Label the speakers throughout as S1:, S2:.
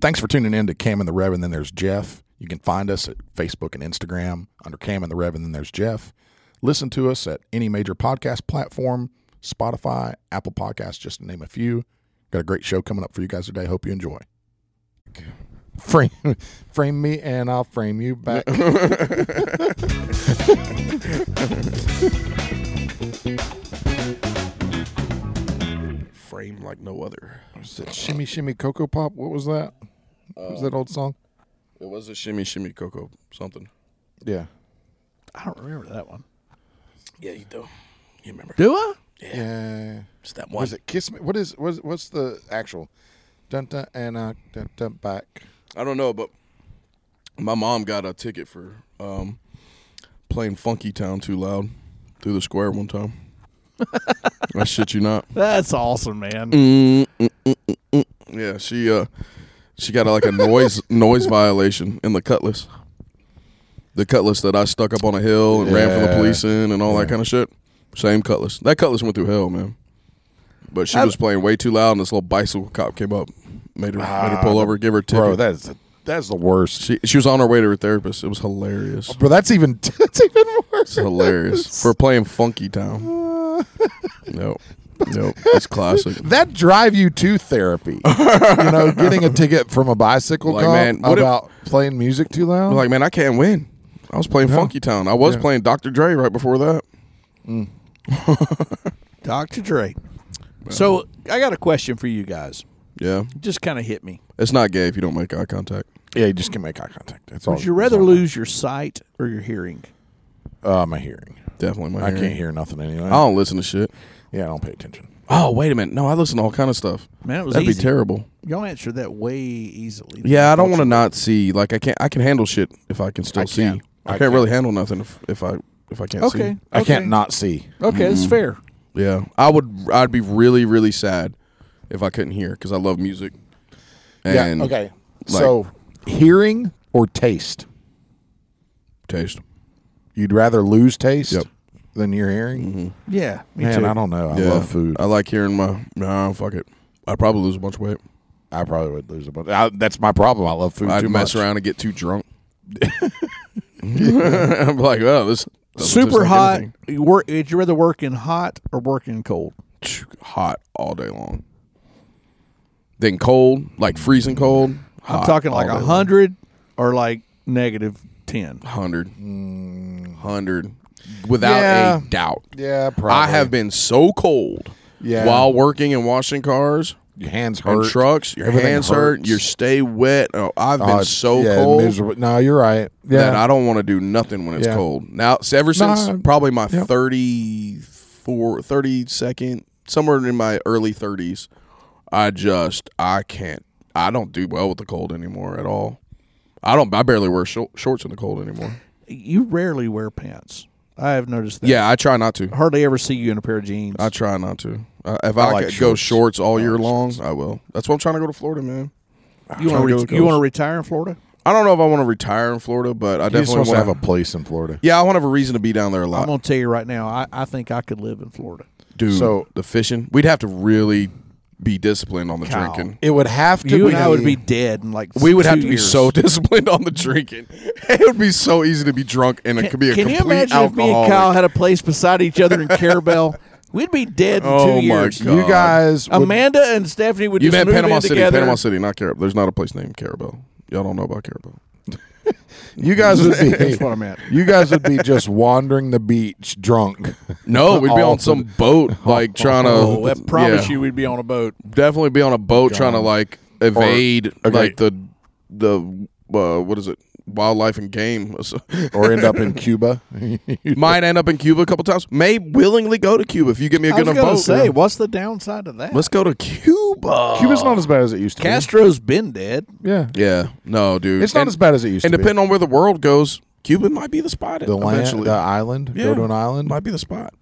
S1: Thanks for tuning in to Cam and the Rev, and then there's Jeff. You can find us at Facebook and Instagram under Cam and the Rev, and then there's Jeff. Listen to us at any major podcast platform Spotify, Apple Podcasts, just to name a few. Got a great show coming up for you guys today. Hope you enjoy. Frame, frame me, and I'll frame you back.
S2: Frame like no other.
S1: shimmy, shimmy, cocoa pop. What was that? What was that old song?
S2: It was a shimmy shimmy cocoa something.
S1: Yeah.
S3: I don't remember that one.
S2: Yeah, you do. You remember?
S3: Do I?
S1: Yeah.
S2: It's that one.
S1: Was it Kiss Me? What is what's what's the actual? Dun dun and I dun dun back.
S2: I don't know, but my mom got a ticket for um, playing Funky Town too loud through the square one time. I shit you not. Mm,
S3: That's awesome, man.
S2: Yeah, she uh, she got like a noise noise violation in the cutlass. The cutlass that I stuck up on a hill and ran for the
S1: Yeah.
S2: police in and all that kind of shit. Same cutlass. That cutlass went through hell, man. But she was playing way too loud, and this little bicycle cop came up, made her made her pull over, give her a ticket.
S1: Bro, that's that's the worst.
S2: She she was on her way to her therapist. It was hilarious.
S1: Bro, that's even that's even worse.
S2: It's hilarious for playing Funky Town. nope, nope. It's classic.
S1: That drive you to therapy. you know, getting a ticket from a bicycle
S2: Like,
S1: cop
S2: man, what if-
S1: about playing music too loud.
S2: I'm like, man, I can't win. I was playing Funky Town. I was
S1: Yeah.
S2: playing Dr. Dre right before that.
S3: Dr. Dre. So I got a question for you guys.
S2: Yeah,
S3: It just kind of hit me.
S2: it's not gay if you don't make eye contact.
S1: yeah, you just can make eye contact. That's all.
S3: Would you rather lose your sight or your hearing?
S1: Uh, my hearing.
S2: Definitely, my
S1: I
S2: hearing.
S1: can't hear nothing anyway.
S2: I don't listen to shit.
S1: Yeah, I don't pay attention.
S2: Oh wait a minute. No, I listen to all kind of stuff.
S3: Man, it was
S2: That'd
S3: easy.
S2: be terrible.
S3: Y'all answered that way easily.
S2: Yeah, I don't want to not see. Like I can't. I can handle shit if I can still
S1: I
S2: see.
S1: can't.
S2: I,
S1: I
S2: can't,
S1: can't.
S2: really handle nothing if, if I if I can't Mm. see.
S3: Okay.
S1: I can't not see.
S3: Okay, that's fair.
S2: Yeah, I would. I'd be really, really sad if I couldn't hear because I love music. And
S1: yeah. Okay.
S2: like-
S1: so, hearing or taste?
S2: Taste.
S1: You'd rather lose taste
S2: Yep. Mm-hmm.
S1: than your hearing?
S3: Yeah, me
S1: Man,
S3: too.
S1: I don't know. I
S2: Yeah.
S1: love food.
S2: I like hearing my. Nah, fuck it. I'd probably lose a bunch of weight.
S1: I probably would lose a bunch. I, that's my problem. I love food
S2: I'd
S1: too
S2: mess
S1: much.
S2: around and get too drunk. I'm like, oh, this doesn't taste
S3: Super
S2: like
S3: hot.
S2: anything.
S3: You work, would you rather work in hot or work in cold?
S2: hot all day long. Then cold, like freezing cold.
S3: I'm
S2: hot
S3: talking
S2: all
S3: like
S2: day long.
S3: 100 or like negative 10.
S2: hundred, hundred, without
S1: Mm. Yeah.
S2: a doubt.
S1: Yeah, probably.
S2: I have been so cold
S1: Yeah.
S2: while working and washing cars
S1: Your hands hurt.
S2: and trucks. Your
S1: Everything
S2: hands hurt.
S1: hurts.
S2: You stay wet. Oh, I've
S1: Oh,
S2: been
S1: it's-
S2: so
S1: yeah,
S2: cold
S1: miserable. No, you're right. Yeah.
S2: that I don't want to do nothing when it's
S1: Yeah.
S2: cold. Now, so ever since
S1: Nah,
S2: probably my
S1: yep.
S2: 34, 32nd, somewhere in my early 30s, I just, I can't, I don't do well with the cold anymore at all. I don't, I barely wear shor- shorts in the cold anymore.
S3: You rarely wear pants. I have noticed that.
S2: Yeah, I try not to.
S3: Hardly ever see you in a pair of jeans.
S2: I try not to. Uh, if I,
S1: like
S2: could go
S1: shorts.
S2: shorts all year long, I will. That's why I'm trying to go to Florida, man.
S3: you
S2: trying
S3: want
S2: to go
S3: to
S2: to
S3: you want to
S2: coast.
S3: retire in Florida?
S2: I don't know if I want to retire in Florida, but I
S1: He just
S2: definitely
S1: wants
S2: want
S1: to have a place in Florida.
S2: Yeah, I want to have a reason to be down there a
S3: I'm
S2: lot,
S3: going to tell you right now. I, I think I could live in Florida.
S2: dude.
S1: So-
S2: So the fishing, we'd have to really be disciplined on the
S3: Cow.
S2: drinking.
S1: It would have to
S3: You
S1: be.
S3: and I would be dead in like
S2: We would
S3: two
S2: have to be
S3: years.
S2: so disciplined on the drinking. It would be so easy to be drunk, and it could be a
S3: Can you
S2: complete
S3: imagine if me and
S2: alcoholic.
S3: Kyle had a place beside each other in Carabel? We'd be dead in
S2: Oh,
S3: two
S2: my
S3: years.
S2: God.
S1: You guys. Would,
S3: Amanda and Stephanie would
S2: you
S3: just
S2: meant
S3: move
S2: Panama
S3: in
S2: City,
S3: together.
S2: Panama City, not Carabel. There's not a place named Carabel. Y'all don't know about Carabel.
S1: you guys would be.
S3: That's what I meant.
S1: You guys would be just wandering the beach drunk.
S2: No, we'd be
S1: All
S2: on some boat, like trying to.
S3: Oh, I promise
S2: yeah.
S3: you, we'd be on a boat.
S2: definitely be on a boat trying to like evade
S1: okay.
S2: like the the uh, what is it wildlife and game
S1: or end up in Cuba.
S2: might end up in cuba a couple times may willingly go to cuba if you give me a
S3: I
S2: good
S3: was
S2: enough
S3: going
S2: boat
S3: to say, what's the downside of that?
S2: let's go to cuba
S1: Cuba's not as bad as it used to
S3: Castro's been dead.
S1: be. Yeah.
S2: yeah no dude
S1: It's not
S2: and,
S1: as bad as it used
S2: and
S1: to be.
S2: depending on where the world goes cuba might be the spot
S1: The land, uh,
S2: eventually
S1: the island. Go
S2: Yeah.
S1: to an island.
S2: might be the spot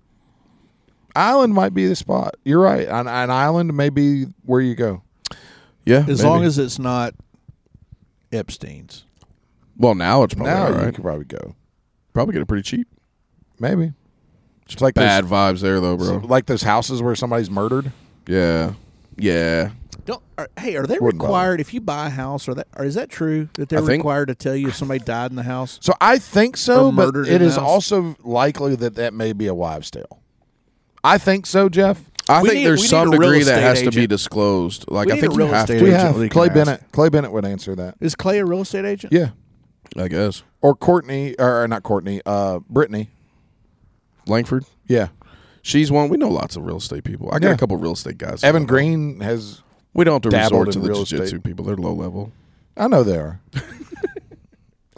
S1: Island might be the spot. You're right. An, an island may be where you go.
S2: yeah
S3: As
S2: maybe.
S3: long as it's not Epstein's.
S2: well now it's probably
S1: now
S2: all
S1: you
S2: right.
S1: could probably go.
S2: probably get it pretty cheap
S1: Maybe. It's like
S2: bad vibes there though
S1: Those,
S2: bro
S1: like those houses where somebody's murdered.
S2: yeah yeah
S3: Don't. Are, hey, are they
S1: Wouldn't bother.
S3: required if you buy a house? Are that or is that true that they're
S2: I think-
S3: required to tell you if somebody died in the house?
S1: So I think so,
S3: Or
S1: but
S3: murdered
S1: it
S3: in the
S1: is
S3: house.
S1: also likely that that may be a wives' tale. I think so, Jeff.
S2: I
S3: We
S2: think
S3: need- we
S2: there's
S3: need
S2: some
S3: a real
S2: degree that
S3: estate
S2: has to be
S3: agent.
S2: disclosed. Like
S3: We
S2: I
S3: need
S2: think
S3: a
S2: you
S3: real
S2: have
S3: estate
S2: to.
S1: We
S3: agent
S1: have
S3: that we can
S1: Clay
S3: ask.
S1: Bennett. Clay Bennett would answer that.
S3: Is Clay a real estate agent?
S1: Yeah,
S2: I guess
S1: or Courtney, or not Courtney, uh, Brittany.
S2: Langford.
S1: Yeah,
S2: She's one. We know lots of real estate people. I got
S1: Yeah.
S2: a couple real estate guys.
S1: Evan Green has.
S2: We don't have to
S1: dabbled
S2: resort to
S1: in
S2: the
S1: real
S2: jiu-jitsu
S1: estate.
S2: people. They're low level.
S1: I know they are.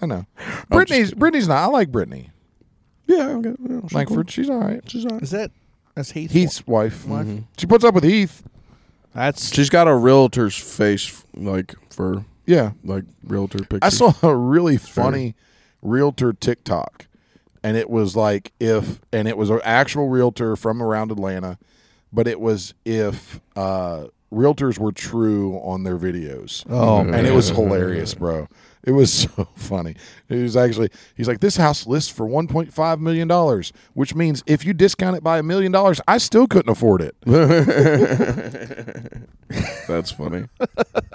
S1: I know. Brittany's Brittany's not. I like Brittany
S2: Yeah, okay. yeah, she's
S1: Langford. She's all right.
S2: cool. She's all right.
S3: Is that that's Heath?
S1: Heath's wife.
S3: Wife. Mm-hmm.
S1: She puts up with Heath.
S3: That's
S2: She's got a realtor's face, like for
S1: Yeah.
S2: like realtor pictures.
S1: I saw a really funny realtor TikTok, and it was like if, and it was an actual realtor from around Atlanta, but it was if uh, realtors were true on their videos.
S3: Oh,
S1: and it was hilarious, bro. It was so funny. It was actually he's like this house lists for one point five million dollars, which means if you discount it by a million dollars, I still couldn't afford it.
S2: That's funny.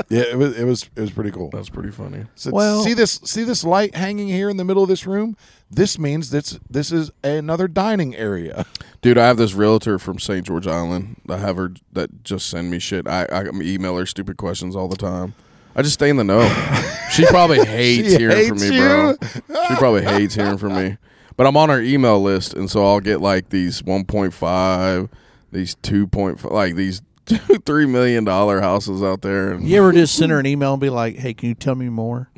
S1: yeah, it was it was it was pretty cool.
S2: That's pretty funny.
S1: So
S3: Well-
S1: see this see this light hanging here in the middle of this room? This means this this is another dining area.
S2: Dude, I have this realtor from St. George Island. I have her that just send me shit. I, I email her stupid questions all the time. I just stay in the know. she probably hates
S1: She
S2: hearing from
S1: hates
S2: me, bro. she probably hates hearing from me. But I'm on her email list, and so I'll get like these 1.5, these 2.5, like these two, three million dollar houses out there. And,
S3: you ever just send her an email and be like, "Hey, can you tell me more?"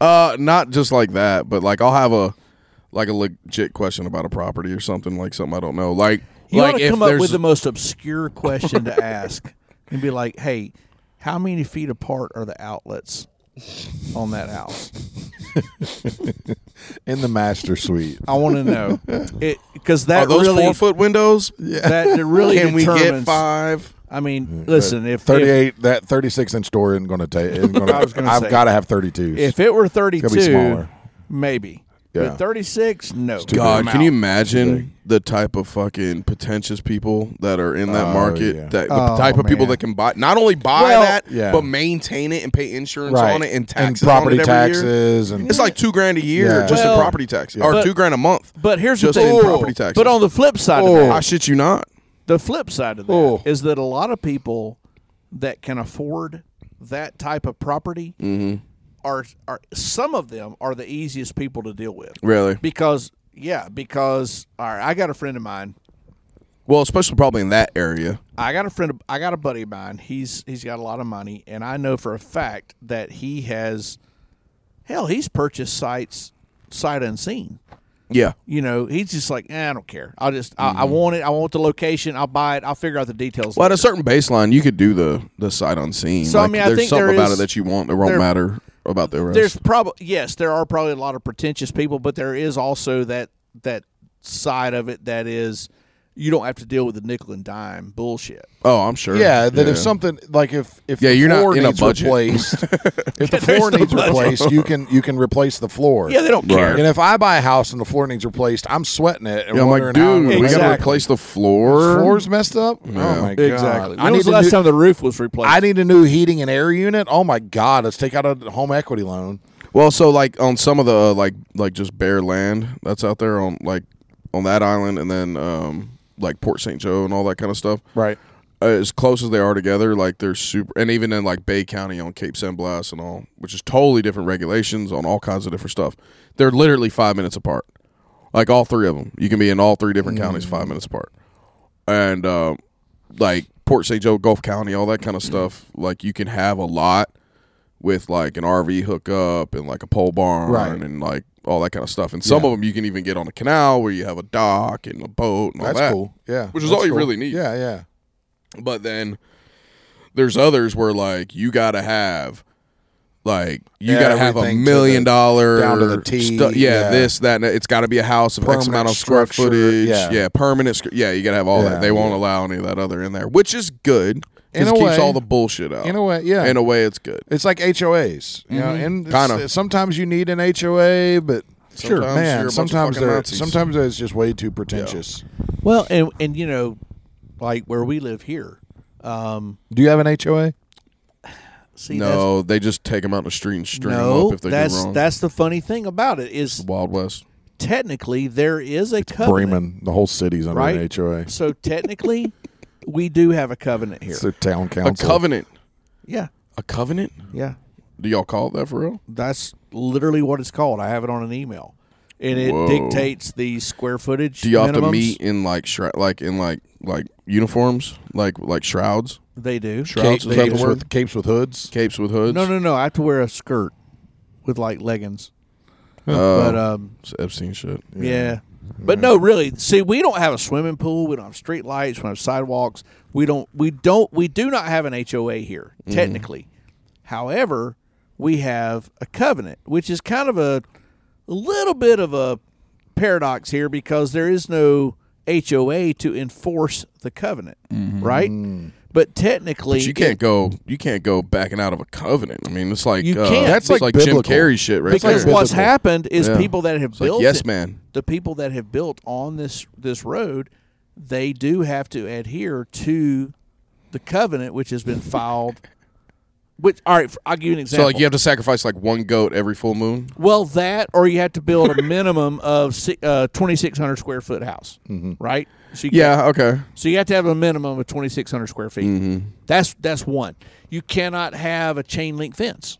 S2: Uh, not just like that, but like I'll have a like a legit question about a property or something like something I don't know. Like
S3: You
S2: like
S3: ought to
S2: if
S3: come up
S2: there's-
S3: with the most obscure question to ask and be like, "Hey, how many feet apart are the outlets on that house?"
S1: In the master suite.
S3: I want to know it because
S2: are
S3: that
S2: those
S3: really
S2: four foot windows. Yeah.
S3: that really
S2: Can we get
S3: determines-
S2: five?
S3: I
S1: Mm,
S3: mean, listen, if
S1: Thirty
S3: if,
S1: eight that thirty six inch door isn't gonna take isn't gonna,
S3: I was gonna
S1: I've
S3: say.
S1: gotta have thirty two.
S3: if it were thirty
S1: gotta be
S3: two,
S1: smaller.
S3: maybe.
S1: Yeah.
S3: But thirty six, no.
S2: God,
S3: I'm
S2: can you
S3: out.
S2: imagine the type of fucking pretentious people that are in that
S1: Oh,
S2: market?
S1: yeah.
S2: That the
S3: Oh,
S2: type of people
S3: man.
S2: that can buy not only buy
S1: Well,
S2: that,
S1: yeah.
S2: but maintain it and pay insurance on it and taxes
S1: property
S2: on it every year.
S1: taxes and
S2: It's like two grand a year
S1: Yeah.
S2: just
S3: Well,
S2: in property tax, or
S3: But-
S2: two grand a month.
S3: But Oh. here's
S2: Just
S3: the thing.
S2: in property taxes.
S3: But on the flip side of
S2: I
S3: that,
S2: shit you not.
S3: the flip side of that is
S1: Oh.
S3: that a lot of people that can afford that type of property are are some of them are the easiest people to deal with
S2: Really?
S3: because yeah because all right I got a friend of mine
S2: Well, especially probably in that area.
S3: I got a friend. of- I got a buddy of mine. He's he's got a lot of money, and I know for a fact that he has. Hell, he's purchased sites sight unseen.
S2: Yeah.
S3: You know, he's just like, eh, I don't care. I'll just, I, I want it. I want the location. I'll buy it. I'll figure out the details.
S2: Well, at a
S3: later."
S2: certain baseline, you could do the the sight unseen.
S3: So, I
S2: Like,
S3: mean, I
S2: there's
S3: think
S2: something
S3: there
S2: about
S3: is-
S2: it that you want that won't
S3: there-
S2: matter about the rest.
S3: there's probably yes, there are probably a lot of pretentious people, but there is also that that side of it that is you don't have to deal with the nickel and dime bullshit.
S2: oh, I'm sure.
S1: Yeah, that if something like if if
S2: Yeah,
S1: the
S2: you're not
S1: floor
S2: in a
S1: needs
S2: budget.
S1: replaced if the
S3: there's
S1: floor
S3: no
S1: needs
S3: budget.
S1: replaced, you can you can replace the floor.
S3: Yeah, they don't care.
S1: And if I buy a house and the floor needs replaced, I'm sweating it and
S2: Yeah, I'm like,
S1: wondering how I'm
S2: dude,
S1: gonna
S2: we
S1: make
S2: got
S1: it.
S2: to replace the floor.
S1: floors messed up. Oh my god!
S3: Exactly. When
S1: I need,
S3: was
S1: a
S3: the last
S1: new,
S3: time the roof was replaced?
S1: I need a new heating and air unit. Oh my god! Let's take out a home equity loan.
S2: Well, so like on some of the uh, like like just bare land that's out there on like on that island, and then um like Port St. Joe and all that kind of stuff.
S1: Right.
S2: Uh, as close as they are together, like they're super, and even in like Bay County on Cape San Blas and all, which is totally different regulations on all kinds of different stuff. They're literally five minutes apart, like all three of them. You can be in all three different
S1: Mm.
S2: counties five minutes apart, and um, like Port St. Joe, Gulf County, all that kind of stuff. Like you can have a lot with like an RV hookup and like a pole barn
S1: Right.
S2: and like all that kind of stuff. And some of them you can even get on a canal where you have a dock and a boat and all
S1: That's
S2: that.
S1: cool. Yeah.
S2: Which is
S1: That's
S2: all you
S1: cool.
S2: really need.
S1: Yeah, yeah.
S2: But then there's others where like you gotta have like you gotta have a
S1: Everything to
S2: million
S1: the-
S2: dollar
S1: down to the T,
S2: stu- yeah,
S1: yeah.
S2: this that and that. it's got to be a house of x
S1: Permanent
S2: amount of square
S1: structure,
S2: footage
S1: yeah.
S2: permanent sc- yeah you gotta have all
S1: Yeah,
S2: that they won't allow any of that other in there which is good 'cause
S1: In
S2: it
S1: a
S2: keeps
S1: way.
S2: all the bullshit out
S1: In a way, yeah.
S2: in a way it's good
S1: it's like HOAs, you know, and it's-
S2: Mm-hmm. Kinda.
S1: sometimes you need an HOA, but
S2: Sure. Sometimes you're a bunch
S1: man,
S2: of
S1: sometimes
S2: fucking
S1: they're
S2: Nazis.
S1: sometimes it's just way too pretentious.
S3: Well, and and you know, like where we live here, Um,
S1: Do you have an HOA?
S3: see, that's,
S2: no, they just take them out in the street and string 'em
S3: no,
S2: up if they
S3: that's
S2: do wrong.
S3: that's the funny thing about it is
S2: Wild West.
S3: technically there is a covenant,
S1: Bremen, the whole city's under an
S3: Right.
S1: HOA.
S3: so technically we do have a covenant here.
S1: It's a town
S2: A
S1: council.
S2: covenant.
S3: yeah,
S2: A covenant?
S3: yeah,
S2: Do y'all call it that for real?
S3: that's literally what it's called. I have it on an email, and it
S2: Whoa.
S3: dictates the square footage.
S2: Do y'all have to
S3: minimums.
S2: meet in like shroud, like in like like uniforms, like like shrouds,
S3: They do.
S2: Shrouds, is that the
S1: capes,
S2: word?
S1: with, capes with hoods.
S2: capes with hoods?
S3: No, no, no. I have to wear a skirt with like leggings.
S2: Oh.
S3: But um,
S2: It's Epstein shit.
S3: yeah. But no, really. See, we don't have a swimming pool. We don't have street lights. We don't have sidewalks. We don't. We don't. We do not have an HOA here
S2: Mm-hmm.
S3: technically. However, we have a covenant, which is kind of a, a little bit of a paradox here because there is no HOA to enforce the covenant, right? But technically,
S2: Mm-hmm. But you
S3: it-
S2: can't go. You can't go backing out of a covenant. I mean, it's like
S3: You
S2: uh,
S3: can't. That's
S2: That's like,
S1: like
S2: Jim
S1: biblical.
S2: Carrey shit, right?
S3: because
S2: there.
S3: what's
S1: biblical.
S3: happened is
S2: Yeah.
S3: people that have
S2: It's
S3: built
S2: like, yes,
S3: it-
S2: man.
S3: the people that have built on this this road they do have to adhere to the covenant which has been filed which all right i'll give you an
S2: So
S3: example
S2: like you have to sacrifice like one goat every full moon.
S3: well that or you have to build a minimum of si- uh, 2600 square foot house right so you
S2: Mm-hmm. Yeah. Okay.
S3: so you have to have a minimum of 2600 square feet
S2: Mm-hmm.
S3: that's that's one you cannot have a chain link fence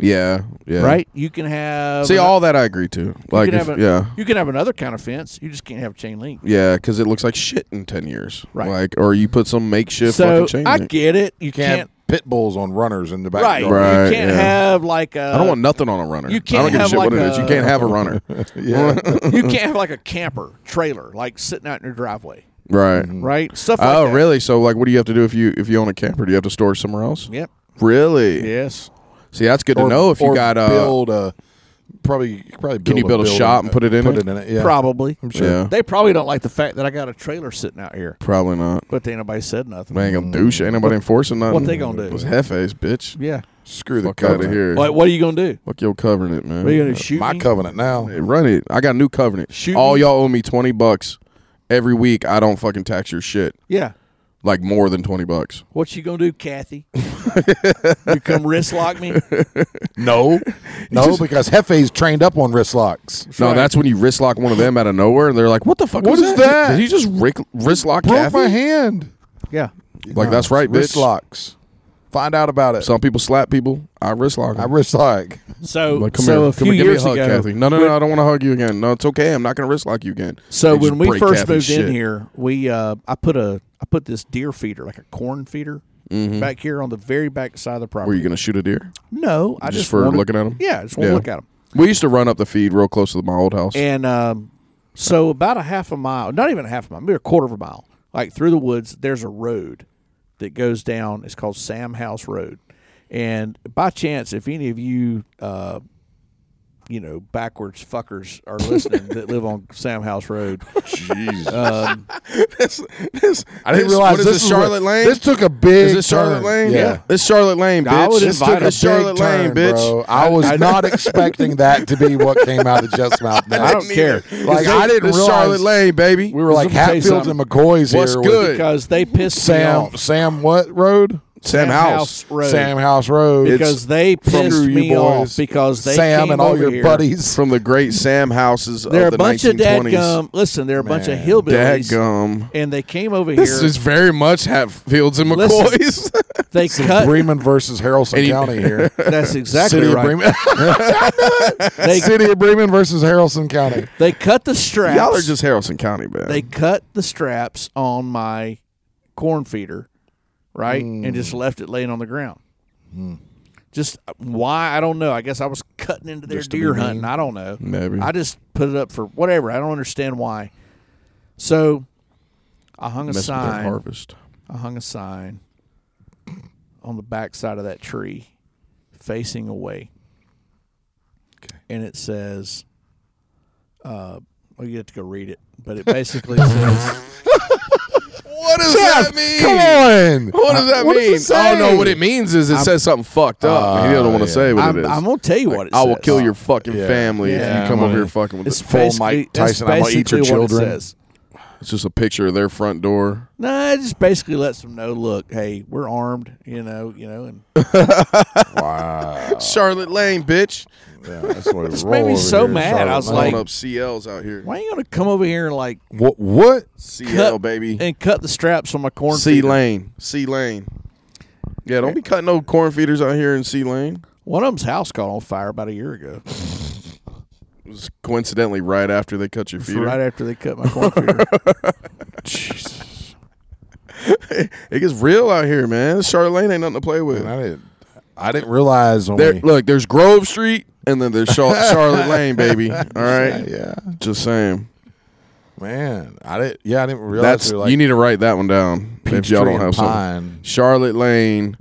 S2: Yeah. Yeah.
S3: right you can have
S2: See,
S3: an-
S2: all that I agree to. Like,
S3: you can
S2: if,
S3: have a-
S2: yeah,
S3: you can have another kind of fence you just can't have chain link
S2: yeah, because it looks like shit in ten years,
S3: Right.
S2: Like, or you put some makeshift
S3: so
S2: fucking chain.
S3: I
S2: link.
S3: get it. You
S1: Can't,
S3: can't,
S1: pit bulls on runners in the
S3: right.
S1: backyard.
S2: Right,
S3: You can't
S2: yeah.
S3: have like a.
S2: I don't want nothing on a runner.
S3: Uh, You
S2: I
S3: can't
S2: don't give a
S3: have
S2: shit
S3: like
S2: what it is. You
S3: a-
S2: can't have a runner.
S1: Yeah.
S3: you can't have like a camper trailer like sitting out in your driveway,
S2: right.
S3: right? Stuff. like
S2: Oh,
S3: that.
S2: really? So, like, what do you have to do if you if you own a camper? Do you have to store it somewhere else?
S3: Yep.
S2: Really?
S3: Yes.
S2: See, that's good to know. If you
S1: or
S2: got uh,
S1: build a probably probably
S2: Can you build a
S1: building,
S2: shop and put it in
S1: Put
S2: it?
S1: it in it. Yeah.
S3: Probably. I'm
S2: sure. Yeah.
S3: They probably don't like the fact that I got a trailer sitting out here,
S2: probably not.
S3: but they ain't nobody said nothing.
S2: We ain't gonna do shit. Ain't nobody enforcing nothing.
S3: Mm. what they gonna do?
S2: Those hefes, bitch.
S3: Yeah.
S1: Screw the
S2: Fuck out of
S1: covenant.
S2: here.
S3: What, what are you gonna do?
S2: Fuck your covenant, man.
S3: Are you gonna shoot
S1: My
S3: me?
S1: covenant now.
S2: Hey, run it. I got a new covenant.
S3: Shoot
S2: All
S3: me.
S2: y'all owe me twenty bucks every week. I don't fucking tax your shit.
S3: Yeah.
S2: Like more than twenty bucks.
S3: What you gonna do, Kathy? you come wrist lock me?
S1: No, no, because Hefe's trained up on wrist locks.
S2: no,
S3: right.
S2: that's when you wrist lock one of them out of nowhere, and they're like, "What the fuck?
S1: What
S2: was
S1: is that?
S2: Did he just rick- wrist lock
S1: Broke my
S2: Kathy?
S1: hand.
S3: Yeah.
S2: Like that's right, bitch.
S1: Wrist locks. Find out about it.
S2: Some people slap people. I wrist lock. 'em.
S1: I wrist lock.
S3: So
S2: Like, come
S3: so
S2: here. Come
S3: a few
S2: here, give
S3: years
S2: me a hug,
S3: ago,
S2: Kathy. No, no, no. I don't want to hug you again. No, it's okay. I'm not going to wrist lock you again.
S3: So
S2: They just
S3: when we
S2: break
S3: first
S2: Kathy's
S3: moved
S2: shit.
S3: in here, we uh, I put a I put this deer feeder, like a corn feeder, back here on the very back side of
S2: Mm-hmm.
S3: the
S2: were
S3: property.
S2: you going to shoot a deer?
S3: no, I
S2: just
S3: just,
S2: for
S3: wanted-
S2: looking at 'em?
S3: Yeah, I just want
S2: Yeah.
S3: to look at them.
S2: We used to run up the feed real close to my old house.
S3: And um, so about a half a mile, not even a half a mile, maybe a quarter of a mile, like through the woods, there's a road that goes down. It's called Sam House Road. And by chance, if any of you, uh, you know, backwards fuckers are listening that live on Sam House Road,
S1: Jeez.
S3: um,
S2: this, this,
S1: I didn't realize
S2: what is
S1: this,
S2: this
S1: was what-
S2: Charlotte Lane.
S1: This took a big.
S2: is this Charlotte
S1: turn.
S2: Lane?
S1: Yeah.
S2: this Charlotte Lane, bitch.
S3: I would
S2: This
S3: invite
S2: took
S3: a
S2: this Charlotte
S1: Big
S2: Lane,
S1: turn,
S2: bitch.
S1: bro. I was not expecting that to be what came out of Jeff's mouth.
S3: I don't care.
S1: Like,
S2: This-
S1: I didn't
S2: this
S1: realize-
S2: Charlotte Lane, baby.
S1: We were like
S3: Let me tell you
S1: Hatfields and McCoys
S2: What's
S1: here.
S2: good?
S1: With
S3: because they pissed me
S1: Sam
S3: off.
S1: Sam what road?
S2: Sam
S3: Sam
S2: House.
S3: House Road.
S1: Sam House Road.
S2: It's
S3: because they
S1: Screw
S3: pissed
S1: you
S3: me
S1: boys.
S3: off because they
S1: Sam
S3: came
S1: and all
S3: over
S1: your
S3: here.
S1: buddies.
S2: from the great Sam houses of
S3: They're
S2: the
S3: a bunch of
S2: 1920s.
S3: dadgum. Listen, they're a bunch of
S1: Man,
S3: hillbillies,
S2: Dadgum.
S3: and they came over
S2: This
S3: here.
S2: is very much Hatfields and
S3: Listen.
S2: McCoys.
S3: they cut.
S1: Bremen versus Harrelson
S2: Any-
S1: County here.
S3: that's Uh, exactly
S1: City of
S3: right.
S1: Bremen.
S3: They,
S1: City of Bremen versus Harrelson County.
S3: they cut the straps.
S2: Y'all are just Harrelson County, man.
S3: they cut the straps on my corn feeder, right, and just
S2: Hmm.
S3: left it laying on the ground. Just uh, why I don't know. I guess I was cutting into their
S2: Just to be
S3: deer
S2: mean.
S3: hunting. I don't know.
S2: Maybe.
S3: I just put it up for whatever. I don't understand why. So I hung a
S2: Mess with their
S3: sign.
S2: harvest.
S3: I hung a sign on the backside of that tree facing away. And it says, uh, well, you have to go read it, but it basically says,
S2: What does that mean?
S1: Come on.
S2: What
S3: Uh,
S2: does that
S1: What does
S2: mean? Uh,
S1: it say?
S2: oh no, what it means is it says something fucked up. he doesn't want to
S1: yeah.
S2: say what it
S3: I'm,
S2: is.
S3: I'm going to tell you what it
S2: I
S3: says.
S2: will kill your fucking
S1: Yeah.
S2: family
S3: Yeah,
S2: if you come
S1: I'm
S2: over
S1: gonna-
S2: here fucking with
S3: It's
S2: this.
S1: full
S3: basically-
S1: Mike
S3: that's
S1: Tyson, I'm gonna eat your
S3: basically what it
S1: children.
S3: says.
S2: It's just a picture of their front door.
S3: No, it just basically lets them know, look, hey, we're armed, you know, you know, and
S1: Wow.
S2: Charlotte Lane, bitch.
S1: yeah, that's what it
S3: This
S1: roll
S3: made me
S1: over
S3: so
S1: here,
S3: mad.
S1: Charlotte
S3: I was
S1: Lane.
S3: like-
S2: Blowing up CLs out here.
S3: why are you gonna come over here and like
S1: what? What?
S2: CL
S3: Cut
S2: baby.
S3: and cut the straps on my corn?
S2: C
S3: feeder?
S2: Lane. C Lane. Yeah, don't be cutting no corn feeders out here in C Lane.
S3: One of them's house caught on fire about a year ago,
S2: It was coincidentally right after they cut your feeder.
S3: right after they cut my corn feeder.
S1: Jesus.
S2: It gets real out here, man. Charlotte Lane ain't nothing to play with.
S1: And I didn't. I didn't realize when
S2: There,
S1: we-
S2: look, there's Grove Street, and then there's Char- Charlotte Lane, baby. All right,
S1: Yeah,
S2: just saying.
S1: man. I didn't. Yeah, I didn't realize
S2: That's
S1: we were like
S2: you need to write that one down if y'all
S1: Peachtree
S2: don't
S1: and
S2: have some.
S1: pine.
S2: Charlotte Lane,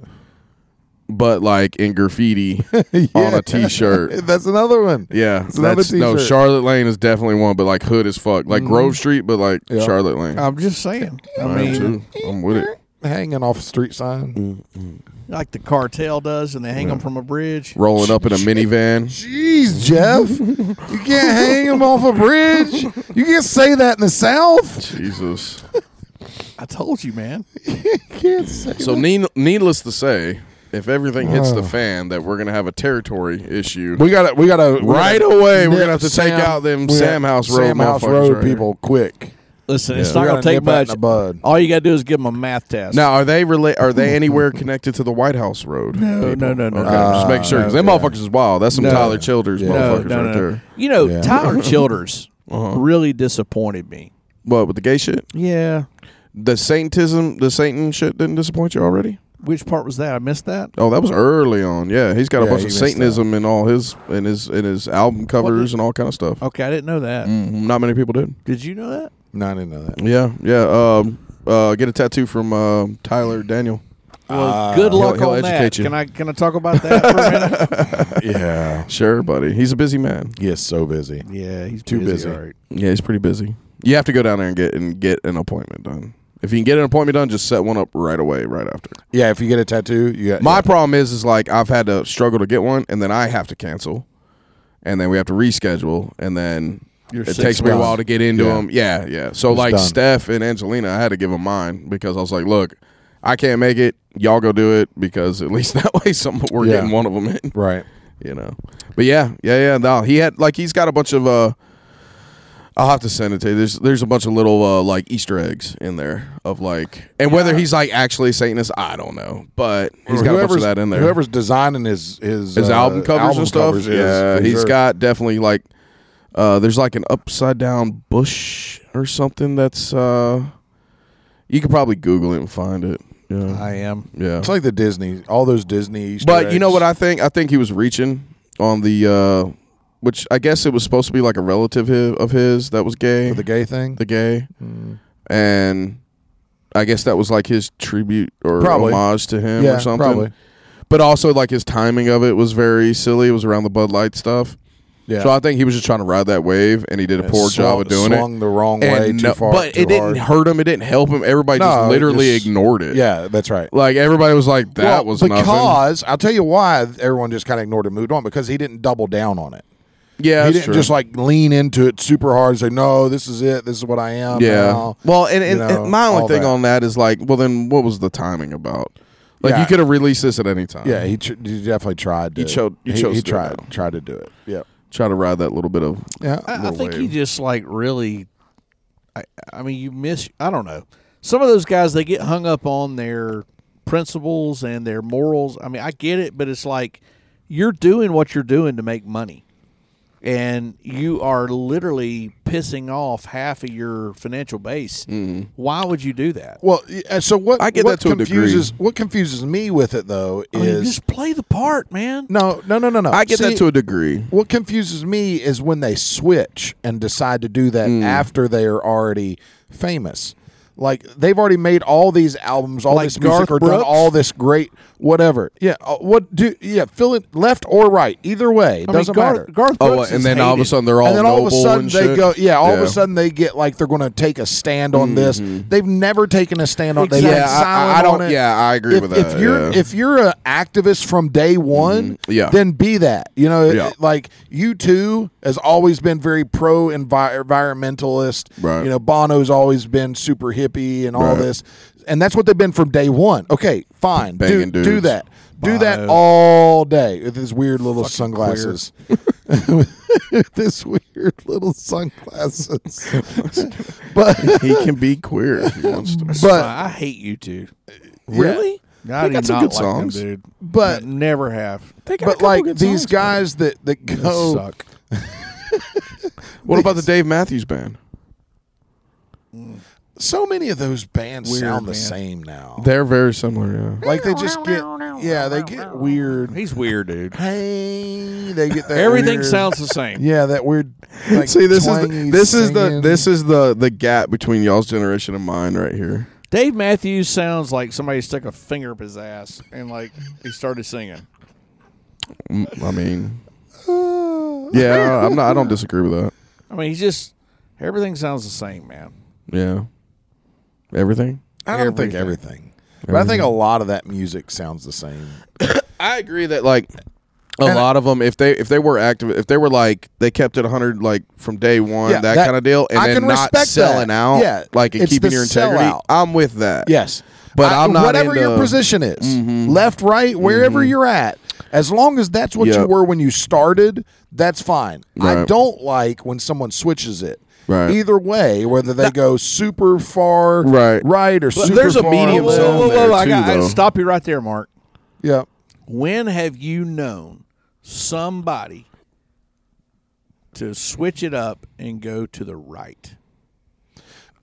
S2: but like in graffiti on
S1: Yeah.
S2: a T-shirt.
S1: That's another one.
S2: Yeah,
S1: It's another
S2: that's- no.
S1: t-shirt.
S2: Charlotte Lane is definitely one, but like hood as fuck,
S3: Mm-hmm.
S2: like Grove Street, but like
S1: Yeah.
S2: Charlotte Lane.
S3: I'm just saying. I
S2: I am
S3: mean,
S2: too. I'm with it. Mm.
S1: Hanging off a street sign.
S3: like the cartel does, and they hang them from a bridge.
S2: Rolling up in a minivan.
S1: Jeez, Jeff. you can't hang him off a bridge. You can't say that in the South.
S2: Jesus.
S3: I told you, man.
S1: You can't say
S2: So
S1: that.
S2: need, needless to say, if everything hits the
S3: Ah.
S1: Oh.
S2: fan, that we're gonna have a territory issue.
S1: we gotta we gotta
S2: Right
S1: we gotta
S2: away, we're
S1: nip
S2: gonna have to take out them
S1: we
S2: Sam
S1: gotta-
S2: House Road
S1: Sam House
S2: motherfuckers
S1: Road
S2: right here.
S1: people quick.
S3: Listen, it's
S1: We
S3: not
S1: gotta
S3: gonna take
S1: nip that in
S3: much.
S1: the bud.
S3: All you gotta do is give them a math test.
S2: Now, are they rela- Are they anywhere connected to the White House Road?
S3: no,
S2: people?
S3: no, no, no.
S2: Okay,
S3: no.
S2: just make sure. 'cause them
S1: Okay.
S2: motherfuckers is wild. That's some
S3: No.
S2: Tyler Childers
S1: Yeah.
S3: no,
S2: motherfuckers
S3: no,
S2: right
S3: no.
S2: there.
S3: You know,
S1: Yeah.
S3: Tyler Childers really disappointed me.
S2: What with the gay shit?
S3: Yeah.
S2: The Saintism, the Satan shit didn't disappoint you already.
S3: Which part was that? I missed that.
S2: Oh, that was early on. Yeah, he's got a
S1: Yeah,
S2: bunch
S1: he
S2: of
S1: missed
S2: Satanism in all his in his in his album covers and all kind of stuff.
S3: Okay, I didn't know that.
S2: Mhm, Not many people did.
S3: Did you know that?
S1: Not into that.
S2: Yeah, yeah. Um, uh, get a tattoo from uh, Tyler Daniel.
S3: Well,
S1: Uh,
S3: good luck
S2: he'll- he'll
S3: on that.
S2: educate you.
S3: Can I can I talk about that for a minute?
S1: Yeah.
S2: Sure, buddy. He's a busy man.
S1: He is so busy.
S3: yeah, he's
S1: Too busy.
S3: all right.
S2: Yeah, he's pretty busy. You have to go down there and get and get an appointment done. If you can get an appointment done, just set one up right away, right after.
S1: Yeah, if you get a tattoo, you got
S2: My problem is, is like I've had to struggle to get one, and then I have to cancel, and then we have to reschedule, and then
S3: You're
S2: it
S3: six
S2: takes me a
S1: months.
S2: while to get into
S1: Yeah.
S2: them. Yeah, yeah. So
S1: It's
S2: like
S1: done.
S2: Steph and Angelina, I had to give them mine because I was like, look, I can't make it. Y'all go do it because at least that way, some we're
S1: Yeah.
S2: getting one of them in
S1: Right.
S2: you know. But yeah, yeah, yeah. No, he had like he's got a bunch of uh I'll have to send it to you. There's there's a bunch of little uh like Easter eggs in there of like and whether he's like actually a Satanist, I don't know. But he's got a bunch of
S1: Whoever's-
S2: that in there.
S1: Whoever's designing his his,
S2: his
S1: uh,
S2: album covers
S1: album
S2: and stuff.
S1: covers is
S2: yeah,
S1: for
S2: he's
S1: sure.
S2: got definitely like uh there's like an upside down bush or something that's uh you could probably Google it and find it. Yeah.
S3: I am.
S2: yeah.
S1: It's like the Disney, all those Disney. Easter
S2: But you know
S1: eggs.
S2: what I think? I think he was reaching on the, uh, which I guess it was supposed to be like a relative hi- of his that was gay,
S1: For the
S2: the,
S1: gay thing. Mm.
S2: gay, and I guess that was like his tribute or
S1: Probably.
S2: homage to him
S1: yeah,
S2: or something.
S1: probably.
S2: But also like his timing of it was very silly. It was around the Bud Light stuff,
S1: Yeah.
S2: so I think he was just trying to ride that wave, and he did a
S1: It
S2: poor job
S1: swung-
S2: of doing it.
S1: Swung the wrong way,
S2: And
S1: too
S2: no-
S1: far,
S2: but
S1: too
S2: it
S1: hard.
S2: didn't hurt him. It didn't help him. Everybody
S1: No,
S2: just
S1: it
S2: literally
S1: just-
S2: ignored it.
S1: Yeah, that's right.
S2: like everybody was like, "That
S1: Well,
S2: was nothing."
S1: because I'll tell you why everyone just kind of ignored it, and moved on because he didn't double down on it. he
S2: Yeah, that's
S1: didn't
S2: true.
S1: just like lean into it super hard and say, "No, this is it. This is what I am." now."
S2: Well, and,
S1: You
S2: and, and
S1: know,
S2: my only
S1: all
S2: thing
S1: that.
S2: on that is like, well, then what was the timing about? Like,
S1: Yeah.
S2: you could have released this at any time.
S1: yeah, he, tr- he definitely tried. To,
S2: You cho- you
S1: he,
S2: chose
S1: he
S2: to do it
S1: tried
S2: now.
S1: tried to do it. Yeah, Uh,
S2: Try to ride that little bit of.
S1: yeah.
S3: I, I
S2: Little
S3: think he
S2: wave.
S3: just like really. I, I mean, you miss. I don't know. Some of those guys they get hung up on their principles and their morals. I mean, I get it, but it's like you're doing what you're doing to make money, and you are literally pissing off half of your financial base.
S2: Mm-hmm.
S3: Why would you do that?
S1: well, yeah, so what?
S2: I get
S1: what
S2: that to a degree.
S1: confuses, What confuses me with it though
S3: I mean,
S1: is
S3: just play the part, man.
S1: no, no, no, no, no.
S2: I get
S1: See,
S2: that to a degree.
S1: What confuses me is when they switch and decide to do
S3: Mm.
S1: that after they are already famous. Like they've already made all these albums, all
S3: Like
S1: this music,
S3: Garth
S1: or done
S3: Brooks?
S1: all this great whatever. Yeah, uh, what do yeah? Fill it left or right, either way, it
S3: I mean,
S1: doesn't
S3: Garth,
S1: matter.
S3: Garth
S2: Oh,
S3: Brooks
S2: and
S3: is
S2: then all of a
S3: hated.
S2: sudden they're all
S1: and then all of a
S2: noble
S1: sudden
S2: and
S1: they
S2: shit.
S1: go, yeah. All of
S2: Yeah. Mm-hmm.
S1: a sudden they get like they're going to take a stand on this. They've never taken a stand on. They've
S2: Yeah,
S1: been
S2: I- I-
S1: silent
S2: I don't-
S1: on it.
S2: yeah, I agree
S1: if,
S2: with
S1: If
S2: that,
S1: you're
S2: yeah. Mm-hmm.
S1: if you're an activist from day one,
S2: yeah.
S1: then be that. You know,
S2: Yeah.
S1: like you two has always been very pro environmentalist.
S2: Right.
S1: You know, Bono's always been super hippie and all
S2: Right.
S1: this, and that's what they've been from day one. Okay, fine, do,
S2: Banging
S1: do
S2: dudes.
S1: that. Do that all day with his weird little sunglasses. with his weird little sunglasses. but
S2: he can be queer if he wants to.
S1: but
S3: I hate you two.
S2: Really?
S3: I
S2: They got
S3: do not
S2: some
S3: like
S2: good songs.
S3: them, dude.
S1: But-
S3: never have.
S2: They got a
S1: but
S2: couple
S1: like
S2: good
S1: these
S2: songs, man.
S1: guys that that go
S3: Suck.
S2: What about the Dave Matthews Band?
S1: so many of those bands
S3: Weird,
S1: sound the
S3: man.
S1: same now.
S2: They're very similar. Yeah.
S1: like they just get yeah, they get weird.
S3: He's weird, dude.
S1: Hey, they get that
S3: Everything
S1: weird-
S3: sounds the same.
S1: yeah, that weird. Like,
S2: See, this is
S1: twangy
S2: the, this is the
S1: singing.
S2: this is the the gap between y'all's generation and mine right here.
S3: Dave Matthews sounds like somebody stuck a finger up his ass and like he started singing.
S2: Mm, I mean, yeah, I'm not. I don't disagree with that.
S3: I mean, he's just everything sounds the same, man.
S2: Yeah, everything.
S1: I don't think everything. But I think a lot of that music sounds the same.
S2: I agree that like a
S1: And-
S2: lot of them, if they if they were active, if they were like they kept it 100 like from day one,
S1: Yeah,
S2: that,
S1: that-
S2: kind of deal, and
S1: I
S2: then
S1: can
S2: not
S1: respect
S2: selling
S1: that.
S2: out,
S1: Yeah,
S2: like and
S1: it's
S2: keeping
S1: the
S2: your integrity.
S1: sellout.
S2: I'm with that.
S1: Yes.
S2: But I'm not
S1: whatever your
S2: into- Mm-hmm.
S1: position is, left, right, wherever you're at, as long as that's what you
S2: Yep.
S1: were when you started, that's fine. I
S2: Right.
S1: don't like when someone switches it.
S2: Right.
S1: Either way, whether they go super far
S2: Right.
S1: or super
S2: there's a
S1: far
S2: medium
S1: left.
S2: zone there,
S3: I
S2: too,
S3: got, I
S2: though.
S3: stop you right there, Mark.
S1: Yeah.
S3: When have you known somebody to switch it up and go to the right?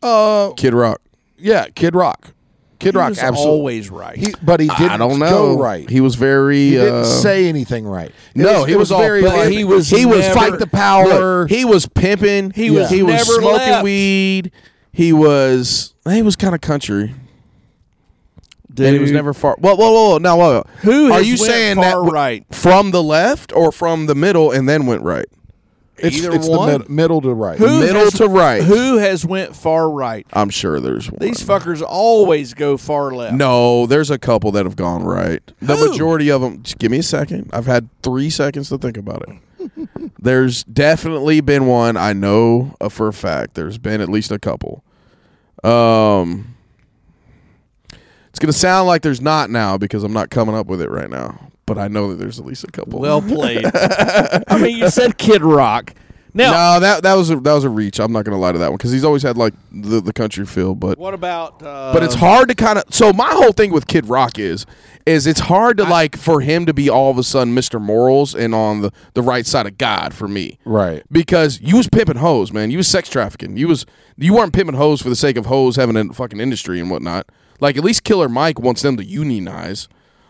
S1: Uh,
S2: Kid Rock.
S1: yeah, Kid Rock. Kid
S3: He
S1: Rock,
S3: was
S1: absolutely.
S3: always right.
S1: He, but he didn't
S2: I don't
S1: go
S2: know.
S1: right.
S2: He was very.
S1: He didn't
S2: uh,
S1: say anything right. It
S2: No,
S1: was,
S2: he
S1: it
S2: was, all.
S1: very
S2: pimp-
S1: like,
S2: he was
S1: he was
S2: never-
S1: fight the power.
S2: Look, he was pimping. He
S1: was
S2: he was
S3: never
S2: smoking
S3: left.
S2: weed. He was he was kind of country.
S3: Dude,
S2: And he was never far. Whoa, whoa, whoa! whoa. Now, whoa, whoa.
S3: Who
S2: are
S3: has
S2: you
S3: went
S2: saying
S3: far
S2: that w-
S3: right?
S2: from the left or from the middle and then went right?
S1: it's,
S3: either
S1: it's
S3: one.
S1: the mid- middle to right.
S3: Who
S2: middle
S3: has-
S2: to right.
S3: Who has went far right?
S2: I'm sure there's one.
S3: These fuckers always go far left.
S2: no, there's a couple that have gone right. The
S3: Who?
S2: majority of them. Just give me a second. I've had three seconds to think about it. there's definitely been one. I know uh, for a fact. There's been at least a couple. Um, it's gonna sound like there's not now because I'm not coming up with it right now. But I know that there's at least a couple.
S3: Well played. I mean, you said Kid Rock. Now,
S2: No, that that was a, that was a reach. I'm not gonna lie to that one because he's always had like the, the country feel, but
S3: what about? Uh,
S2: but it's hard to kind of. So my whole thing with Kid Rock is is it's hard to like for him to be all of a sudden Mr. Morals and on the the right side of God for me,
S1: Right.
S2: Because you was pimping hoes, man. You was sex trafficking. You was you weren't pimping hoes for the sake of hoes having a fucking industry and whatnot. Like at least Killer Mike wants them to unionize.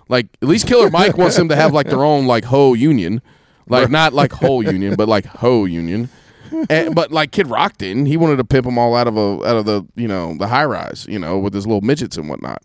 S2: Like at least Killer Mike wants them to have like their own like hoe union, like not like whole union, but like hoe union. And, but like Kid Rock didn't. He wanted to pimp them all out of a out of the you know the high rise, you know, with his little midgets and whatnot.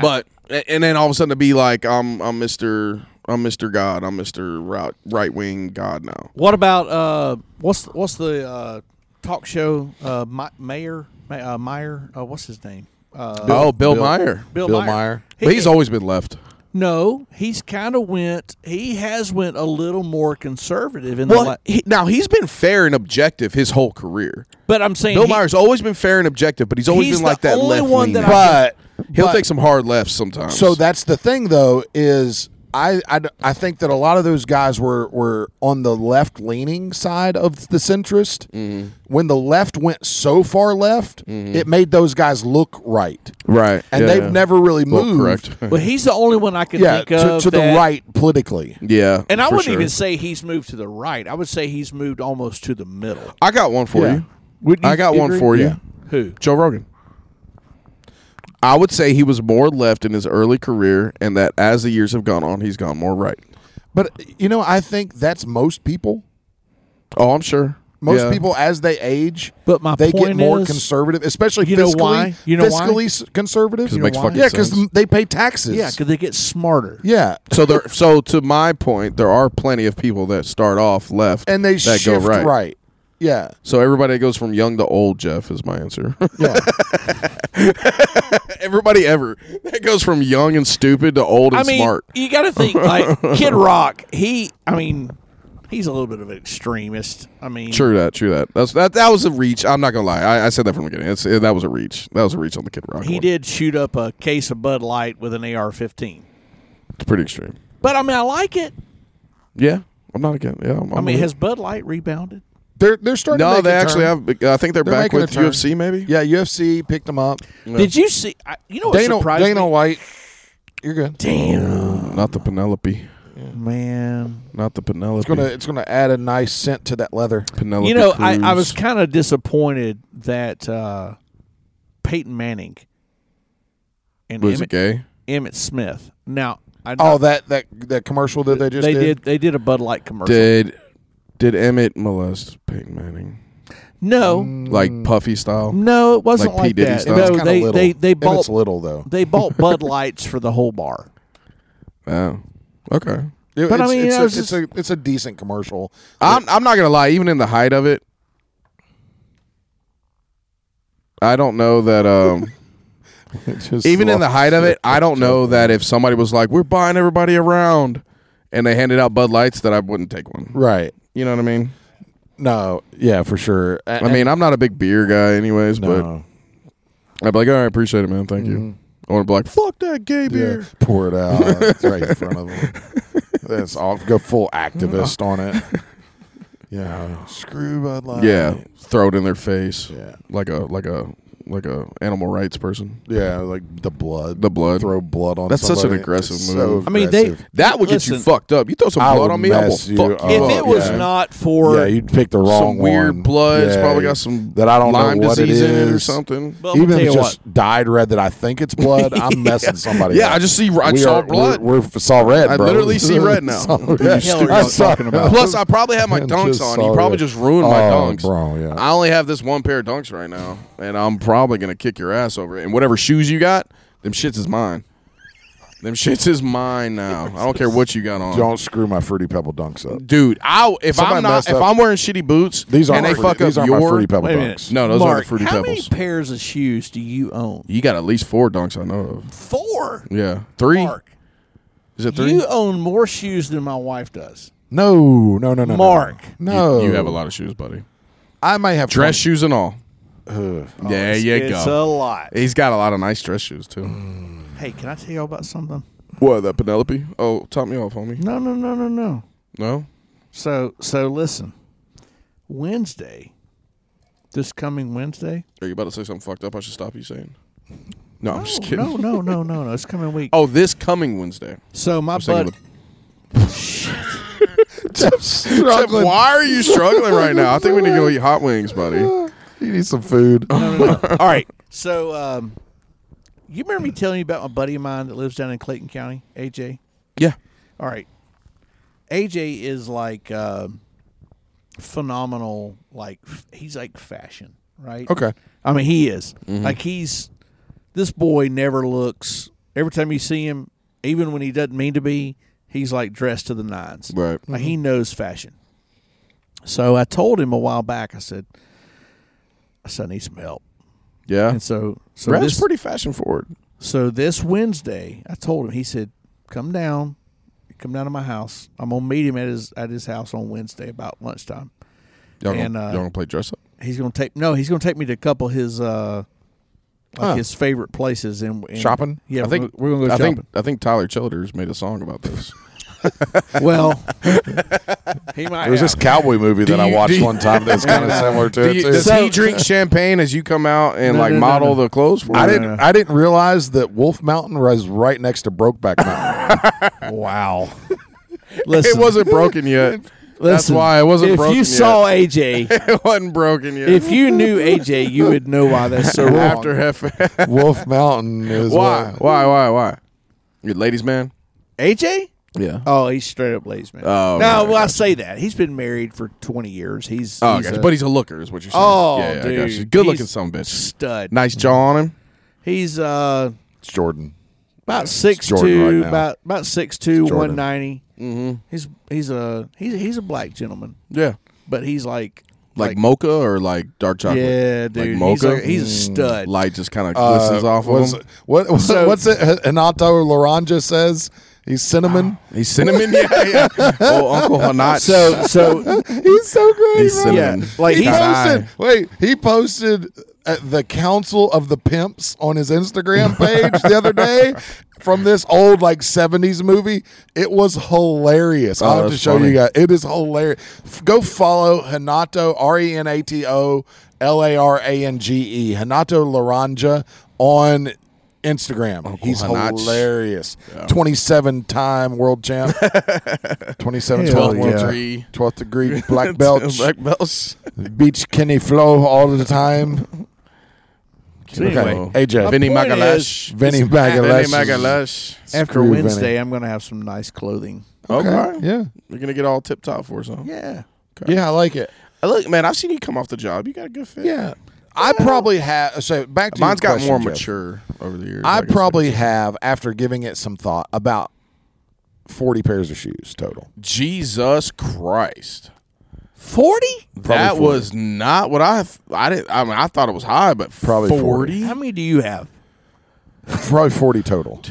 S2: But a- and then all of a sudden to be like I'm I'm Mister I'm Mister God I'm Mister right wing God now.
S3: What about uh, what's what's the uh, talk show uh, My, Mayor Ma- uh, Meyer? Uh, what's his name? Uh,
S2: oh, Bill, Meyer.
S3: Bill,
S1: Bill
S3: Meyer.
S1: Meyer.
S3: He-
S2: But he's always been left.
S3: no, he's kind of went. He has went a little more conservative in the.
S2: Well,
S3: la-
S2: he, now he's been fair and objective his whole career.
S3: But I'm saying
S2: Bill
S3: he-
S2: Meyer's always been fair and objective, but he's always
S3: He's
S2: been like
S3: the
S2: that
S3: only
S2: left
S3: one
S2: wing.
S3: that I
S2: But he'll
S1: but-
S2: take some hard lefts sometimes.
S1: So that's the thing, though, is I, I, I think that a lot of those guys were, were on the left leaning side of the centrist.
S3: Mm-hmm.
S1: When the left went so far left, it made those guys look right,
S2: right,
S1: and
S2: yeah,
S1: they've
S2: yeah.
S1: never really
S2: Well,
S1: moved.
S2: correct.
S3: Well, he's the only one I can
S1: Yeah,
S3: think of
S1: to, to the
S3: that-
S1: right politically.
S2: yeah,
S3: And I
S2: for
S3: wouldn't
S2: sure.
S3: even say he's moved to the right. I would say he's moved almost to the middle.
S2: I got one for
S1: Yeah.
S2: you. I got one for you.
S1: Yeah.
S3: Who?
S2: Joe Rogan. I would say he was more left in his early career, and that as the years have gone on, he's gone more right.
S1: But you know, I think that's most people.
S2: Oh, I'm sure.
S1: Most
S2: Yeah.
S1: people, as they age,
S3: But my
S1: they get
S3: point
S1: more
S3: is-
S1: conservative, especially
S3: You know
S1: fiscally,
S3: why? You know why?
S1: fiscally s- conservative.
S2: it makes
S1: yeah,
S2: fucking sense.
S1: because they pay taxes.
S3: Yeah, because they get smarter.
S1: yeah,
S2: So there. So to my point, there are plenty of people that start off left
S1: and they
S2: that
S1: shift
S2: go right.
S1: right. Yeah,
S2: So everybody that goes from young to old. Jeff is my answer.
S1: yeah.
S2: everybody ever that goes from young and stupid to old and
S3: I mean,
S2: smart.
S3: you got to think like Kid Rock. He, I mean, he's a little bit of an extremist. I mean,
S2: True that. True that. That's that. That was a reach. I'm not gonna lie. I, I said that from the beginning. It's, that was a reach. That was a reach on the Kid Rock.
S3: he
S2: one.
S3: did shoot up a case of Bud Light with an AR-15.
S2: It's pretty extreme.
S3: But I mean, I like it.
S2: Yeah, I'm not again. Yeah, I'm,
S3: I mean, has Bud Light rebounded?
S1: They're they're starting. to
S2: no,
S1: make
S2: they
S1: a
S2: actually
S1: turn.
S2: have. I think they're, back
S1: making a
S2: with
S1: turn.
S2: UFC. Maybe.
S1: Yeah, UFC picked them up.
S3: Did you see? I, you know what
S1: Dana
S3: surprised
S1: Dana
S3: me?
S1: White. You're good.
S3: Damn,
S2: Not the Penelope.
S3: man.
S2: Not the Penelope.
S1: It's gonna it's gonna add a nice scent to that leather.
S2: Penelope.
S3: You know, I, I
S2: Cruz.
S3: was kind of disappointed that uh, Peyton Manning and
S2: Was it
S3: Emmett,
S2: gay?
S3: Emmett Smith. Now, I know
S1: Oh, that that that commercial that they just
S3: they
S1: did.
S3: did they did a Bud Light commercial.
S2: Did did Emmett molest Peyton Manning
S3: No,
S2: like Puffy style?
S3: no, it wasn't
S2: Like P.
S3: like,
S2: Diddy
S3: that.
S2: style?
S1: It's
S3: No,
S1: kinda
S3: they,
S1: little.
S3: they they
S1: And it's
S3: bought
S1: little though.
S3: they bought Bud Lights for the whole bar.
S2: Oh, okay.
S1: It-
S3: But I
S1: it's,
S3: mean,
S1: it's,
S3: I
S1: a,
S3: was
S1: it's a it's a decent commercial.
S2: I'm I'm not gonna lie. Even in the height of it, I don't know that. Um, even in the height of it, I don't know that if somebody was like, "We're buying everybody around," and they handed out Bud Lights, that I wouldn't take one.
S1: right.
S2: You know what I mean?
S1: No, yeah, for sure. A-
S2: I mean, I'm not a big beer guy, anyways,
S1: Uh, no.
S2: but I'd be like, "All right, appreciate it, man. Thank you." I want to be like, "Fuck that gay
S1: Yeah,
S2: beer."
S1: pour it out. it's right in front of them. That's all. Go full activist on it. Yeah, screw Bud Light.
S2: Yeah, throw it in their face.
S1: Yeah.
S2: like a like a like a animal rights person.
S1: yeah, like the blood,
S2: The blood.
S1: Throw blood on.
S2: That's such an
S1: somebody.
S2: aggressive
S1: It's
S2: move.
S1: So
S3: I mean, they-
S1: aggressive.
S2: That would get you
S3: Listen,
S2: fucked up. You throw some
S1: I
S2: blood
S1: would
S2: on me, I will
S1: mess
S2: fuck
S1: you
S2: you.
S1: up.
S3: If
S1: Oh,
S3: it was
S1: yeah.
S3: not for
S1: yeah, you'd pick the wrong
S2: some weird
S1: one.
S2: blood, it's
S1: Yeah,
S2: probably got some
S1: that I don't
S2: Lyme
S1: know what it
S2: disease
S1: is
S2: in it or something.
S3: But I'm
S1: Even
S3: gonna
S1: if
S3: tell
S1: it's
S3: you
S1: just dyed red that I think it's blood, I'm messing somebody.
S2: Yeah,
S1: up.
S2: I just see- I
S1: We
S2: saw
S1: are-
S2: blood.
S1: We're, we're saw red.
S2: I
S1: bro.
S2: literally see red now.
S1: Saw-
S2: What
S3: the hell are
S1: I
S3: y'all
S1: saw-
S3: talking about?
S2: Plus, I probably have my
S1: Man,
S2: dunks
S1: just
S2: on.
S1: saw
S2: You probably
S1: that.
S2: just ruined my
S1: Oh,
S2: dunks.
S1: bro, yeah.
S2: I only have this one pair of dunks right now, and I'm probably gonna kick your ass over it. And whatever shoes you got, them shits is mine. Them shits is mine now. I don't care what you got on.
S1: Don't screw my fruity pebble dunks up.
S2: Dude, I if
S1: Somebody
S2: I'm not
S1: messed
S2: if
S1: up.
S2: I'm wearing shitty boots,
S1: These aren't
S2: and they
S1: fruity,
S2: fuck up
S1: these aren't my
S2: your
S1: fruity pebble
S3: Wait a minute.
S1: dunks.
S2: No, those aren't
S3: Mark,
S2: the Fruity
S3: how
S2: Pebbles.
S3: many pairs of shoes do you own?
S2: You got at least four dunks I know of.
S3: Four.
S2: Yeah, three.
S3: Mark,
S2: Is it three?
S3: you own more shoes than my wife does.
S1: No, no, no, no, no.
S3: Mark.
S1: No,
S2: You, you have a lot of shoes, buddy.
S1: I might have uh,
S2: Dress shoes and all.
S1: Ugh.
S2: there you
S3: it's
S2: go.
S3: a lot.
S2: He's got a lot of nice dress shoes too.
S3: Hey, can I tell y'all about something?
S2: What that Penelope? Oh, top me off, homie.
S3: No, no, no, no, no.
S2: No.
S3: So, so listen. Wednesday, this coming Wednesday.
S2: Are you about to say something fucked up? I should stop you saying. No, I'm just kidding.
S3: No, no, no, no, no. It's coming week.
S2: Oh, this coming Wednesday.
S3: so my
S2: thinking
S3: buddy.
S2: Jeff, why are you struggling right now? I think we need to go eat hot wings, buddy.
S1: You need some food.
S3: All right. So, um, you remember me telling you about my buddy of mine that lives down in Clayton County, AJ?
S2: Yeah.
S3: All right. AJ is like um phenomenal. Like f- he's like fashion, right?
S1: Okay.
S3: I mean, he is
S2: Mm-hmm.
S3: like he's this boy never looks. Every time you see him, even when he doesn't mean to be, he's like dressed to the nines.
S2: Right.
S3: Like he knows fashion. So I told him a while back. I said, "I said I need some help."
S2: Yeah.
S3: And so, so
S2: Brad's
S3: this
S2: pretty fashion forward.
S3: so this Wednesday, I told him. He said, "Come down, come down to my house. I'm gonna meet him at his at his house on Wednesday about lunchtime.
S2: Y'all,
S3: And,
S2: gonna,
S3: uh,
S2: y'all gonna play dress up?
S3: He's gonna take no, he's gonna take me to a couple of his uh, like
S1: Huh.
S3: his favorite places and, and-
S1: Shopping?
S3: Yeah,
S2: I think
S3: we're, gonna, we're
S2: I
S3: gonna go
S2: think I think Tyler Childers made a song about this.
S3: shopping. well, he might.
S1: There's
S3: have.
S1: this cowboy movie that I
S2: you- do
S1: watched
S2: you-
S1: one time that's kind of similar to it.
S2: Do you-
S1: Too.
S2: does
S3: So-
S2: he drink champagne as you come out and
S3: No,
S2: like
S3: no, no,
S2: model
S3: no.
S2: the clothes for
S1: I
S2: him?
S1: didn't. I didn't realize that Wolf Mountain was right next to Brokeback Mountain.
S3: wow. Listen,
S2: It wasn't broken yet. That's
S3: listen,
S2: why it wasn't
S3: If
S2: broken
S3: you
S2: yet.
S3: saw AJ,
S2: it wasn't broken yet.
S3: if you knew AJ, you would know why that's so wrong.
S2: after Hefe.
S1: Wolf Mountain is
S2: why?
S1: where-
S2: Why? Why? Why? You ladies man?
S3: AJ,
S2: Yeah.
S3: Oh, he's straight up lazy man.
S2: Oh,
S3: now,
S2: right,
S3: well, I say that he's been married for twenty years. He's
S2: oh, I
S3: he's
S2: got you.
S3: a
S2: but he's a looker, is what you're saying.
S3: Oh,
S2: yeah, yeah, I got you.
S3: dude,
S2: Good looking
S3: he's- Mm.
S2: son of a bitch.
S3: stud.
S2: Nice jaw on him.
S3: He's uh
S1: It's Jordan.
S3: about six
S1: Jordan right
S3: two,
S1: now.
S3: about about six two,
S1: Jordan.
S3: one ninety. Mm-hmm. He's he's a he's he's a black gentleman,
S2: Yeah.
S3: but he's like
S2: Like, mocha or like dark chocolate.
S3: yeah, dude.
S2: Like
S3: He's
S2: mocha. Mm.
S3: like- he's a stud.
S2: Light just kind of glistens
S1: Uh,
S2: off of
S1: what's-
S2: him.
S1: What, what-
S3: So-
S1: what's it? Hanato Laranja says he's cinnamon.
S2: He's cinnamon. yeah, yeah. Oh, Uncle Hanat.
S3: so so
S1: he's so great.
S2: He's
S1: bro.
S2: cinnamon.
S3: Yeah, like,
S1: he
S3: he's-
S1: posted. Wait, he posted uh, the Council of the Pimps on his Instagram page the other day from this old like '70s movie. It was hilarious. I'll have to
S2: Oh, that's
S1: show
S2: funny.
S1: you guys. It is hilarious. F- Go follow Hanato R E N A T O L A R A N G E Hanato Laranja on. Instagram. He's
S2: Hanach.
S1: hilarious. 27 time world champ. 27
S3: Hell
S1: 12 world
S2: yeah.
S1: champ. 12th degree black belt.
S2: Black belts.
S1: Beach Kenny Flow all the time.
S3: So anyway,
S1: okay. AJ.
S2: Vinny
S3: point
S2: Magalash.
S1: Vinny
S2: Vinny
S1: Magalash.
S2: Magalash.
S3: after
S1: Screw
S3: Wednesday,
S1: Vinny.
S3: I'm gonna have some nice clothing.
S2: Okay.
S1: Yeah.
S2: You're gonna get all tip top for something.
S3: Yeah,
S1: Yeah, I like it.
S2: Uh, Look, man, I've seen you come off the job. You got a good fit.
S1: Yeah. I probably have. So back to your
S2: Mine's got
S1: question,
S2: more
S1: Jeff.
S2: mature over the years.
S1: I
S2: guess.
S1: probably have, after giving it some thought, about 40 pairs of shoes total.
S2: Jesus Christ.
S3: forty.
S2: that
S1: 40.
S2: was not what I I didn't I mean I thought it was high, but
S1: Probably 40.
S3: How many do you have?
S1: Probably 40 total.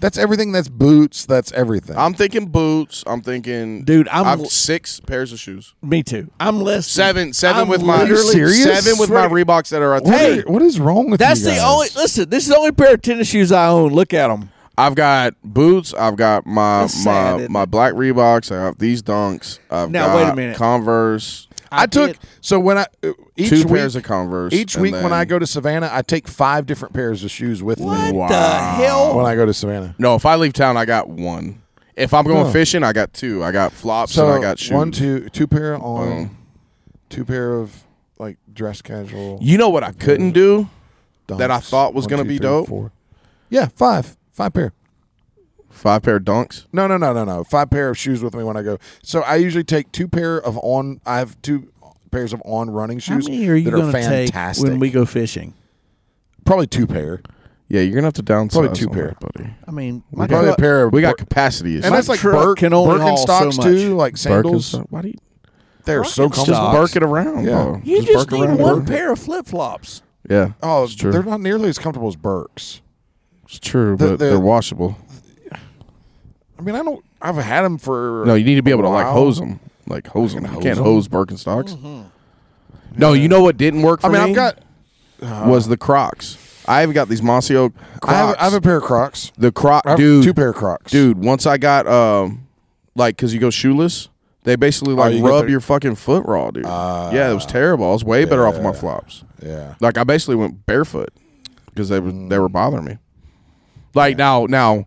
S1: That's everything. That's boots. That's everything.
S2: I'm thinking boots. I'm thinking
S3: Dude, I'm-
S2: I've six pairs of shoes.
S3: Me too. I'm less than-
S2: Seven, seven
S3: I'm
S2: with my
S3: literally-
S1: serious?
S2: seven with my
S3: Swear-
S2: Reeboks that are at the
S1: What
S2: hey,
S1: are- what is wrong with
S3: That's
S1: you
S3: the
S1: guys?
S3: only. Listen, this is the only pair of tennis shoes I own. Look at them.
S2: I've got boots. I've got my
S3: That's sad,
S2: my
S3: isn't
S2: my
S3: it?
S2: black Reeboks. I have these Dunks. I've
S3: Now,
S2: got
S3: wait a minute.
S2: Converse.
S1: I, took
S3: did-
S1: so when I uh, each
S2: two
S1: week,
S2: pairs of Converse.
S1: Each
S2: and
S1: week when
S2: then-
S1: I go to Savannah, I take five different pairs of shoes with me
S3: What
S2: Wow.
S3: the hell?
S1: when I go to Savannah.
S2: no, if I leave town, I got one. If I'm going
S1: Huh.
S2: fishing, I got two. I got flops
S1: Oh. So
S2: and I got shoes.
S1: one, two, two pair on,
S2: Um.
S1: two pair of like dress casual.
S2: You know what I couldn't do? that I
S1: dunks.
S2: thought was
S1: One,
S2: gonna
S1: two,
S2: be
S1: three,
S2: dope?
S1: four. Yeah, five, five pair.
S2: Five pair of Dunks.
S1: No, no, no, no, no. Five pair of shoes with me when I go. So I usually take two pair of on. I have two pairs of on running
S3: How
S1: shoes
S3: many are you
S1: that are
S3: going to take
S1: fantastic.
S3: when we go fishing?
S1: probably two pair,
S2: Yeah, you're gonna have to downsize.
S1: Probably two
S2: on that,
S1: pair.
S2: buddy.
S3: I mean, my
S1: probably a
S3: truck-
S1: pair. Of
S2: We
S1: Bir-
S2: got capacity issues.
S1: and that's like
S3: truck
S1: Birk,
S3: can only haul so
S1: Birkenstocks
S3: much.
S1: too, like sandals.
S2: Birkenstock- Why do you
S1: They're so
S3: Birkenstocks.
S1: comfortable.
S3: Just
S2: bark it around?
S1: Yeah.
S2: bro.
S3: You just,
S2: bark
S3: need
S2: around,
S3: one
S2: bro.
S3: pair of flip flops.
S2: Yeah.
S1: Oh,
S2: It's true.
S1: they're not nearly as comfortable as Burks.
S2: It's true,
S1: The-
S2: but
S1: the-
S2: they're washable.
S1: I mean, I don't. I've had them for
S2: No, you need to be able to like
S1: Wow.
S2: hose them. Like hose them. You
S1: hose
S2: can't
S1: 'em.
S2: hose Birkenstocks. No, you know what didn't work for
S1: I mean, I've
S2: me
S1: got.
S2: was the Crocs. I've got these mossy oak Crocs.
S1: I have, I have a pair of Crocs.
S2: the Croc
S1: I have
S2: dude.
S1: two pair of Crocs,
S2: Dude, once I got um like cuz you go shoeless, they basically like
S1: you get
S2: rub
S1: the-
S2: your fucking foot raw, dude. yeah, it was terrible. I was way better off of my flops.
S1: Yeah,
S2: Like I basically went barefoot because they were they were bothering me. Like now now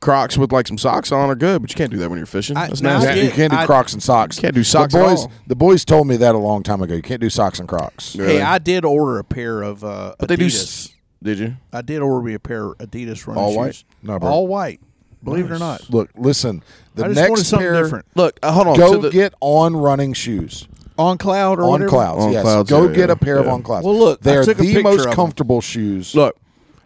S2: Crocs with like some socks on are good, but you can't do that when you're fishing.
S3: I-
S2: That's
S3: now I
S2: nasty.
S1: Yeah,
S3: get-
S1: you can't do
S3: I-
S1: Crocs and socks.
S2: Can't do socks
S1: The
S2: at
S1: boys,
S2: all.
S1: the boys told me that a long time ago. You can't do socks and Crocs.
S2: Yeah.
S3: Hey, I did order a pair of uh,
S2: But they do.
S3: Adidas.
S2: s- Did you?
S3: I did order me a pair of Adidas running
S2: All
S3: shoes.
S2: white?
S1: No, bro.
S3: all white. Believe it or not,
S1: Look, listen. The
S3: I just wanted
S1: next
S3: something
S1: pair.
S3: different.
S2: Look, uh,
S3: Oh,
S2: hold on.
S1: Go
S2: to the-
S1: get on running shoes.
S3: On cloud or
S1: On
S3: whatever?
S1: clouds,
S2: On
S1: yes.
S2: Clouds,
S1: Go
S2: yeah,
S1: get
S2: yeah,
S1: a pair of
S2: yeah.
S1: on clouds.
S3: Well, look, I
S1: they're
S3: took a
S1: the
S3: picture
S1: most
S3: of 'em.
S1: comfortable shoes.
S2: look.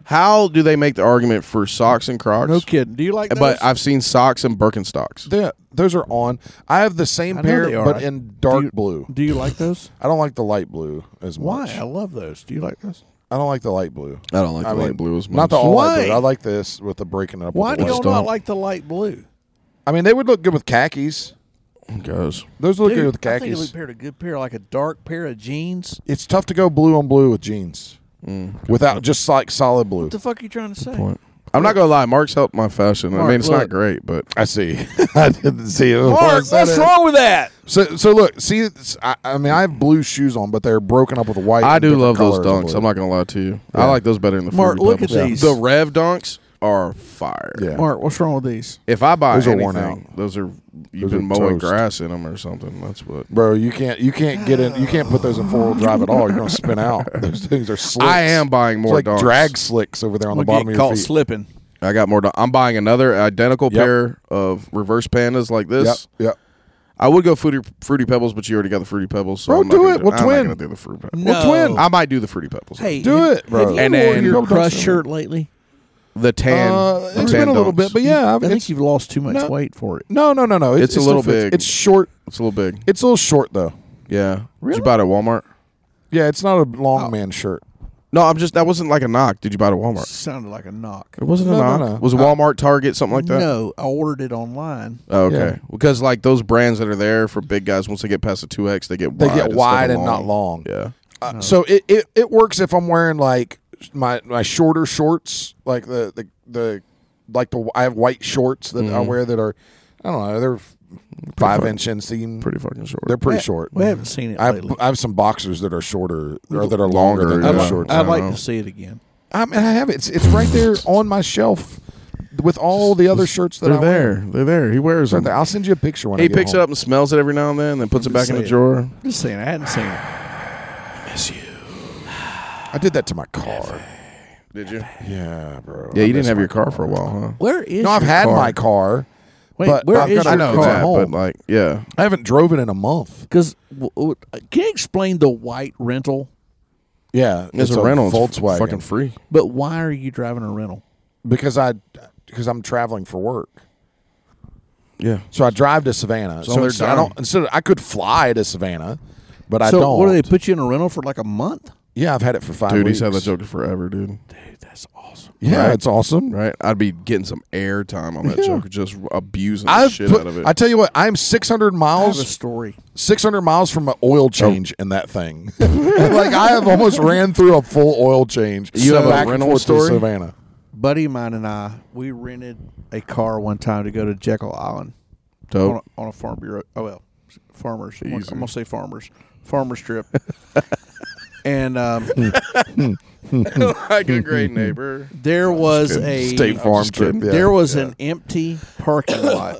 S2: How do they make the argument for socks and Crocs?
S3: No kidding. Do you like? Those?
S2: But I've seen socks and Birkenstocks.
S1: Yeah, those are on. I have the same
S3: I know
S1: pair,
S3: they are.
S1: but in dark blue.
S3: do you like those?
S1: I don't like the light blue as
S3: Why?
S1: much.
S3: I love those. Do you like those?
S1: I don't like the light blue.
S2: I don't like the
S1: I
S2: light
S1: mean,
S2: blue as much.
S1: Not the all
S3: Why?
S1: light blue. I like this with the breaking it up.
S3: Why
S1: with
S3: do
S1: the
S3: y'all
S1: white.
S3: not
S2: don't.
S3: like the light blue?
S1: I mean, they would look good with khakis.
S2: Goes.
S1: Those look good
S3: Dude,
S1: with
S3: I think it would
S1: khakis.
S3: pair a good pair, like a dark pair of jeans.
S1: It's tough to go blue on blue with jeans
S2: Mm.
S1: without just like solid blue.
S3: What the fuck are you trying to say?
S2: Point. I'm not gonna lie. Mark's helped my fashion. I
S3: Mark,
S2: mean, it's not
S3: look.
S2: great, but
S1: I see. I didn't see it. I
S3: Mark,
S1: said
S3: what's
S1: it.
S3: wrong with that?
S1: So, so look, see, it's- I, I mean, I have blue shoes on, but they're broken up with white.
S2: I
S1: and
S2: do
S1: different
S2: love those
S1: colors of
S2: dunks.
S1: blue.
S2: I'm not gonna lie to you. I
S1: Yeah.
S2: like those better than the
S3: Mark,
S2: Fruity
S3: look at
S2: Pebbles.
S3: these.
S2: The Rev dunks are fire.
S1: Yeah.
S3: Mark, what's wrong with these?
S2: If I buy
S1: Those are
S2: anything,
S1: worn
S2: those are you've
S1: Those are
S2: been mowing
S1: toast.
S2: grass in them or something. That's what.
S1: Bro, you can't you can't get in you can't put those in four wheel drive at all. You're gonna spin out. Those things are slicks.
S2: I am buying
S1: It's
S2: more
S1: like
S2: dunks.
S1: drag slicks over there on
S3: I'm
S1: the bottom
S3: gonna
S1: of
S3: get
S1: your
S3: caught
S1: feet.
S3: slipping.
S2: I got more. To, I'm buying another identical
S1: Yep.
S2: pair of reverse pandas like this.
S1: Yep. Yep.
S2: I would go fruity, fruity pebbles, but you already got the fruity pebbles. So
S1: Bro,
S2: I'm not
S1: do
S2: gonna
S1: it. We'll
S2: I'm not
S1: twin.
S2: gonna do the fruity pebbles.
S1: Well, twin.
S2: I might do the fruity pebbles.
S3: Hey,
S1: Do
S3: have-
S1: it, bro.
S3: Have you
S2: And
S3: worn
S2: then-
S1: Double
S3: your
S1: dutch
S3: crush
S1: in it.
S3: shirt lately?
S2: the tan.
S1: Uh,
S2: the
S1: it's
S2: tan
S1: been a little bit,
S2: don'ts.
S1: but yeah,
S3: I think
S1: it's,
S3: you've lost too much
S1: no.
S3: weight for it.
S1: no, no, no, no.
S2: It's a
S1: it still
S2: little
S1: fits.
S2: big.
S1: It's short.
S2: it's a little big.
S1: It's a little short though.
S2: Yeah. Did
S1: Really?
S2: you buy it at Walmart?
S1: Yeah, it's not a
S3: Oh.
S1: long man shirt.
S2: No, I'm just that wasn't like a knock. Did you buy it at Walmart?
S3: Sounded like a knock.
S2: It wasn't a
S1: No, no,
S2: knock.
S1: no. Uh,
S2: Was it Walmart, Target, something like that?
S3: No, I ordered it online.
S2: Oh, okay.
S1: Yeah.
S2: Because like those brands that are there for big guys, once they get past the two X, they get
S1: They
S2: wide
S1: get
S2: instead
S1: wide
S2: of
S1: and not long.
S2: Yeah.
S1: Uh, So it, it it works if I'm wearing like my my shorter shorts, like the the, the like the I have white shorts that
S2: Mm-hmm.
S1: I wear that are I don't know they're five
S2: fucking-
S1: inch inseam.
S2: Pretty fucking short.
S1: they're pretty
S3: We-
S1: short.
S3: We haven't seen it
S1: I have,
S3: lately.
S1: I have some boxers that are shorter or that are longer,
S2: Longer,
S1: than
S2: yeah.
S1: those
S2: I'd-
S1: shorts.
S2: I
S3: I'd
S2: don't
S3: like
S2: know.
S3: to see it again.
S1: I mean, I have it. It's, it's right there on my shelf with all the other shirts that
S2: They're
S1: I wear.
S2: there. They're there. He wears
S1: It's right
S2: them.
S1: there. I'll send you a picture when I
S2: He
S1: get
S2: picks it
S1: home.
S2: up and smells it every now and then, and then puts it back in the
S3: saying.
S2: drawer.
S3: I'm just saying, I hadn't seen it.
S2: Miss you.
S1: I did that to my car.
S2: Did you?
S1: Yeah, bro.
S2: Yeah,
S1: I
S2: you didn't
S1: miss
S2: have
S1: my
S2: your car for a while, huh?
S3: Where is?
S1: No, I've
S3: your
S1: had
S3: car?
S1: my car.
S3: Wait,
S1: but
S3: where
S1: I've
S3: is
S1: got
S3: your
S1: a- I know
S3: car?
S1: that.
S2: but
S1: Oh, home.
S2: like, yeah,
S1: I haven't drove it in a month.
S3: Because w- w- can you explain the white rental?
S1: Yeah,
S2: it's, a, rental. It's
S1: Volkswagen.
S2: fucking free.
S3: But why are you driving a rental?
S1: because I because I'm traveling for work.
S2: Yeah,
S1: So I drive to Savannah. So,
S2: all their
S1: instead- I
S2: time.
S1: don't instead of- I could fly to Savannah, but I
S3: so
S1: don't.
S3: what do they put you in a rental for like a month?
S1: Yeah, I've had it for five
S2: dude,
S1: weeks.
S2: he's had that joke forever, dude.
S3: Dude, that's awesome.
S1: Yeah,
S2: Right.
S1: it's awesome.
S2: Right? I'd be getting some air time on that
S1: Yeah.
S2: joke, just abusing the
S1: I've
S2: shit
S1: put-
S2: out of it.
S1: I tell you what, I'm 600
S3: I have a
S1: miles,
S3: story.
S1: 600 miles from an
S2: Oh.
S1: oil change in that thing. like I have almost ran through a full oil change.
S2: You have a
S1: back and
S2: rental
S1: forth through
S2: story?
S1: Savannah.
S3: Buddy of mine and I, we rented a car one time to go to Jekyll Island on
S2: Dope.
S3: a, on a farm bureau. Oh well, farmers. I'm
S2: Easy.
S3: gonna say farmers. Farmers trip. and um,
S2: like a great neighbor.
S3: there was a
S1: State Farm
S2: just
S1: trip.
S2: kidding.
S1: yeah.
S3: there was an empty parking lot.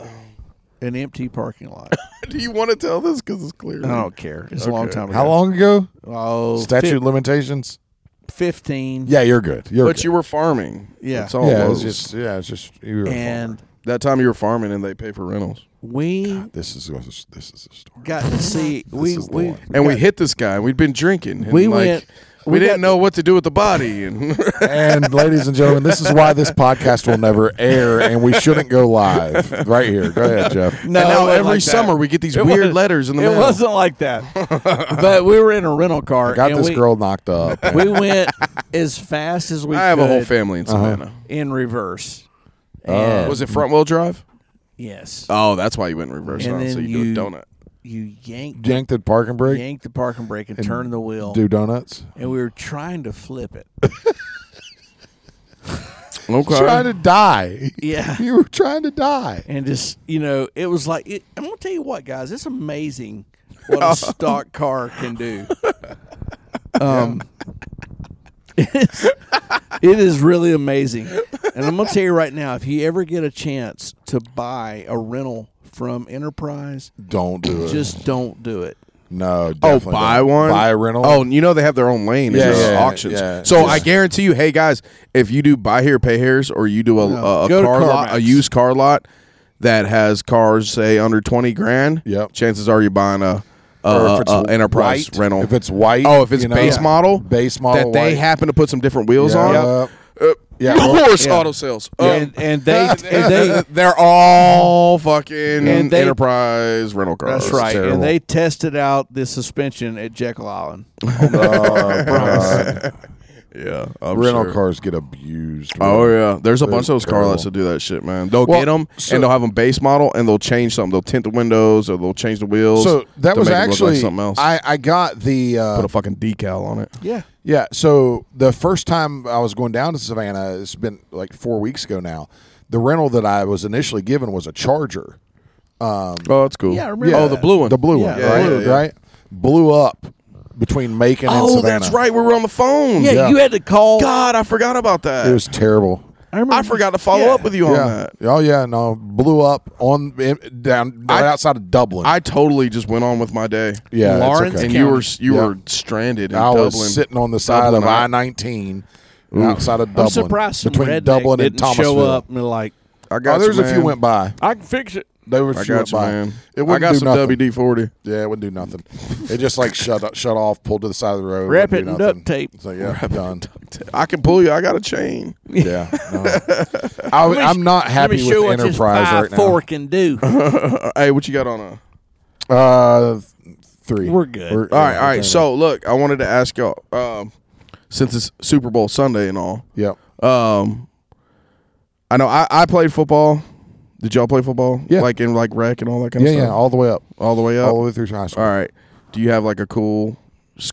S3: An empty parking lot.
S2: Do you want to tell this? Because it's clear.
S3: I don't care. It's a long
S2: Okay.
S3: time ago.
S1: How long ago?
S3: Oh,
S1: Statute
S3: fif-
S1: of limitations.
S3: 15.
S1: Yeah, you're good. You're
S2: But
S1: good.
S2: you were farming.
S3: Yeah.
S2: It's all
S1: yeah,
S2: yeah,
S1: it's just yeah, it's just you were a farmer.
S3: And
S2: that time you were farming and they pay for rentals.
S3: we
S1: this is this is a story.
S3: got to see we
S1: is the
S3: we
S1: one.
S2: And we
S3: got-
S2: hit this guy. and We'd been drinking. and,
S3: We
S2: like,
S3: went-
S2: We,
S3: we
S2: didn't
S3: got-
S2: know what to do with the body. And
S1: And ladies and gentlemen, this is why this podcast will never air, and we shouldn't go live right here. Go ahead, Jeff.
S2: And
S3: No, it
S2: now
S3: wasn't
S2: every
S3: like that.
S2: summer we get these
S3: It
S2: weird
S3: wasn't-
S2: letters in the
S3: it
S2: mail.
S3: wasn't like that. but we were in a rental car.
S1: Got
S3: and
S1: this
S3: we,
S1: girl knocked up.
S3: We went as fast as we
S2: I have a whole
S3: could
S2: family in Savannah.
S3: in reverse.
S1: Oh.
S2: Was it front wheel drive?
S3: Yes.
S2: Oh, that's why you went in reverse.
S3: And
S2: huh? So
S3: then
S2: you,
S3: you-
S2: do a donut.
S3: you yanked
S1: Yanked the parking brake.
S3: yanked the parking brake and, turned the wheel.
S1: Do donuts.
S3: And we were trying to flip it.
S2: Okay.
S1: Trying to die.
S3: Yeah.
S1: you were trying to die.
S3: and just you know it was like it, i'm gonna tell you what guys it's amazing what a stock car can do um it's- it is really amazing and i'm gonna tell you right now if you ever get a chance to buy a rental from enterprise
S1: Don't do it.
S3: just don't do it
S1: no.
S2: Oh,
S1: definitely
S2: buy
S1: don't.
S2: one,
S1: Buy a rental.
S2: Oh, you know they have their own lane.
S1: Yeah,
S2: Yeah,
S1: yeah,
S2: auctions.
S1: yeah,
S2: so
S1: yeah.
S2: I guarantee you, hey guys, if you do buy here, pay here's, or you do a, a, a
S3: Go to
S2: car lot, a
S3: CarMax.
S2: used car lot that has cars say under twenty grand.
S1: Yep.
S2: Chances are you're buying a, a,
S1: Or if
S2: a-
S1: it's
S2: a uh, enterprise
S1: white-
S2: rental.
S1: if it's white,
S2: oh, if it's
S1: you know,
S2: base
S1: yeah.
S2: model,
S1: Base model
S2: that they
S1: white.
S2: happen to put some different wheels
S1: Yeah.
S2: on. Uh,
S1: Yeah.
S2: Horse auto sales. Um,
S3: and, and they and they
S2: they're all fucking
S3: And they-
S2: enterprise rental cars.
S3: that's right
S1: terrible.
S3: and they tested out the suspension at jekyll island
S1: Oh, God.
S2: Yeah, I'm
S1: rental
S2: Oh, sure.
S1: cars get abused.
S2: Oh yeah, there's a bunch of those car
S1: terrible.
S2: lots that do that shit, man. They'll
S1: Well,
S2: get 'em get them
S1: so-
S2: and they'll have them base model and they'll change something. They'll tint the windows or they'll change the wheels.
S1: So that
S2: to
S1: was
S2: make it look
S1: actually
S2: like something else.
S1: I I got the uh,
S2: Put a fucking decal on it.
S3: yeah
S1: Yeah. So the first time I was going down to Savannah, it's been like four weeks ago now. The rental that I was initially given was a Charger,
S2: Oh, that's cool.
S3: Yeah, I remember
S2: Oh,
S3: that.
S2: the blue one.
S1: the blue one,
S2: Yeah,
S1: right?
S2: yeah, yeah.
S1: Right? Blew up between Macon and
S2: Oh,
S1: Savannah.
S2: that's right. We were on the phone.
S3: yeah,
S1: Yeah.
S3: you had to call
S2: God, I forgot about that.
S1: It was terrible.
S3: I, remember
S2: I forgot to follow
S3: Yeah.
S2: up with you on
S1: Yeah.
S2: that.
S1: Oh yeah. No, blew up on in- down right
S2: I-
S1: outside of Dublin.
S2: I totally just went on with my day.
S1: yeah, it's
S3: Lawrence
S1: okay.
S2: and
S3: County.
S2: you were you
S1: Yeah.
S2: were stranded in
S1: I
S2: Dublin.
S1: was sitting on the side
S2: Dublin,
S1: of
S2: I-
S1: I nineteen, outside of Dublin.
S3: I'm surprised some
S1: between
S3: redneck
S1: Dublin
S3: didn't
S1: and Thomasville.
S3: show up and like
S2: I
S1: Oh,
S2: got
S1: there's
S2: you,
S1: a
S2: man.
S1: few went by.
S4: I can fix it.
S1: There were a
S2: I
S1: few
S2: got
S1: went
S2: you,
S1: by.
S2: man.
S1: It
S2: I
S1: wouldn't
S2: got
S1: do
S2: some
S1: nothing.
S2: WD forty.
S1: Yeah, it wouldn't do nothing. it just like shut up, shut off, pulled to the side of the road.
S3: Wrap
S1: wouldn't
S3: it
S1: do
S3: in
S1: nothing.
S3: duct tape.
S1: So yeah, done.
S2: I can pull you. I got a chain.
S1: Yeah, no. I,
S3: Let me-
S1: I'm not happy
S3: Let me show
S1: with
S3: what this
S1: Enterprise
S3: pie
S1: right now.
S3: fork can do.
S2: Uh, hey, what you got on a?
S1: Uh, three.
S3: We're good.
S2: All right,
S1: yeah,
S2: all right.
S1: okay.
S2: So look, I wanted to ask y'all, um, since it's Super Bowl Sunday and all,
S1: Yep.
S2: um, I know I, I played football. Did y'all play football?
S1: Yeah.
S2: like in like rec and all that kind
S1: Yeah,
S2: of
S1: yeah,
S2: stuff.
S1: all the way up,
S2: all, the way up.
S1: all the way through high school.
S2: all right. Do you have like a cool s-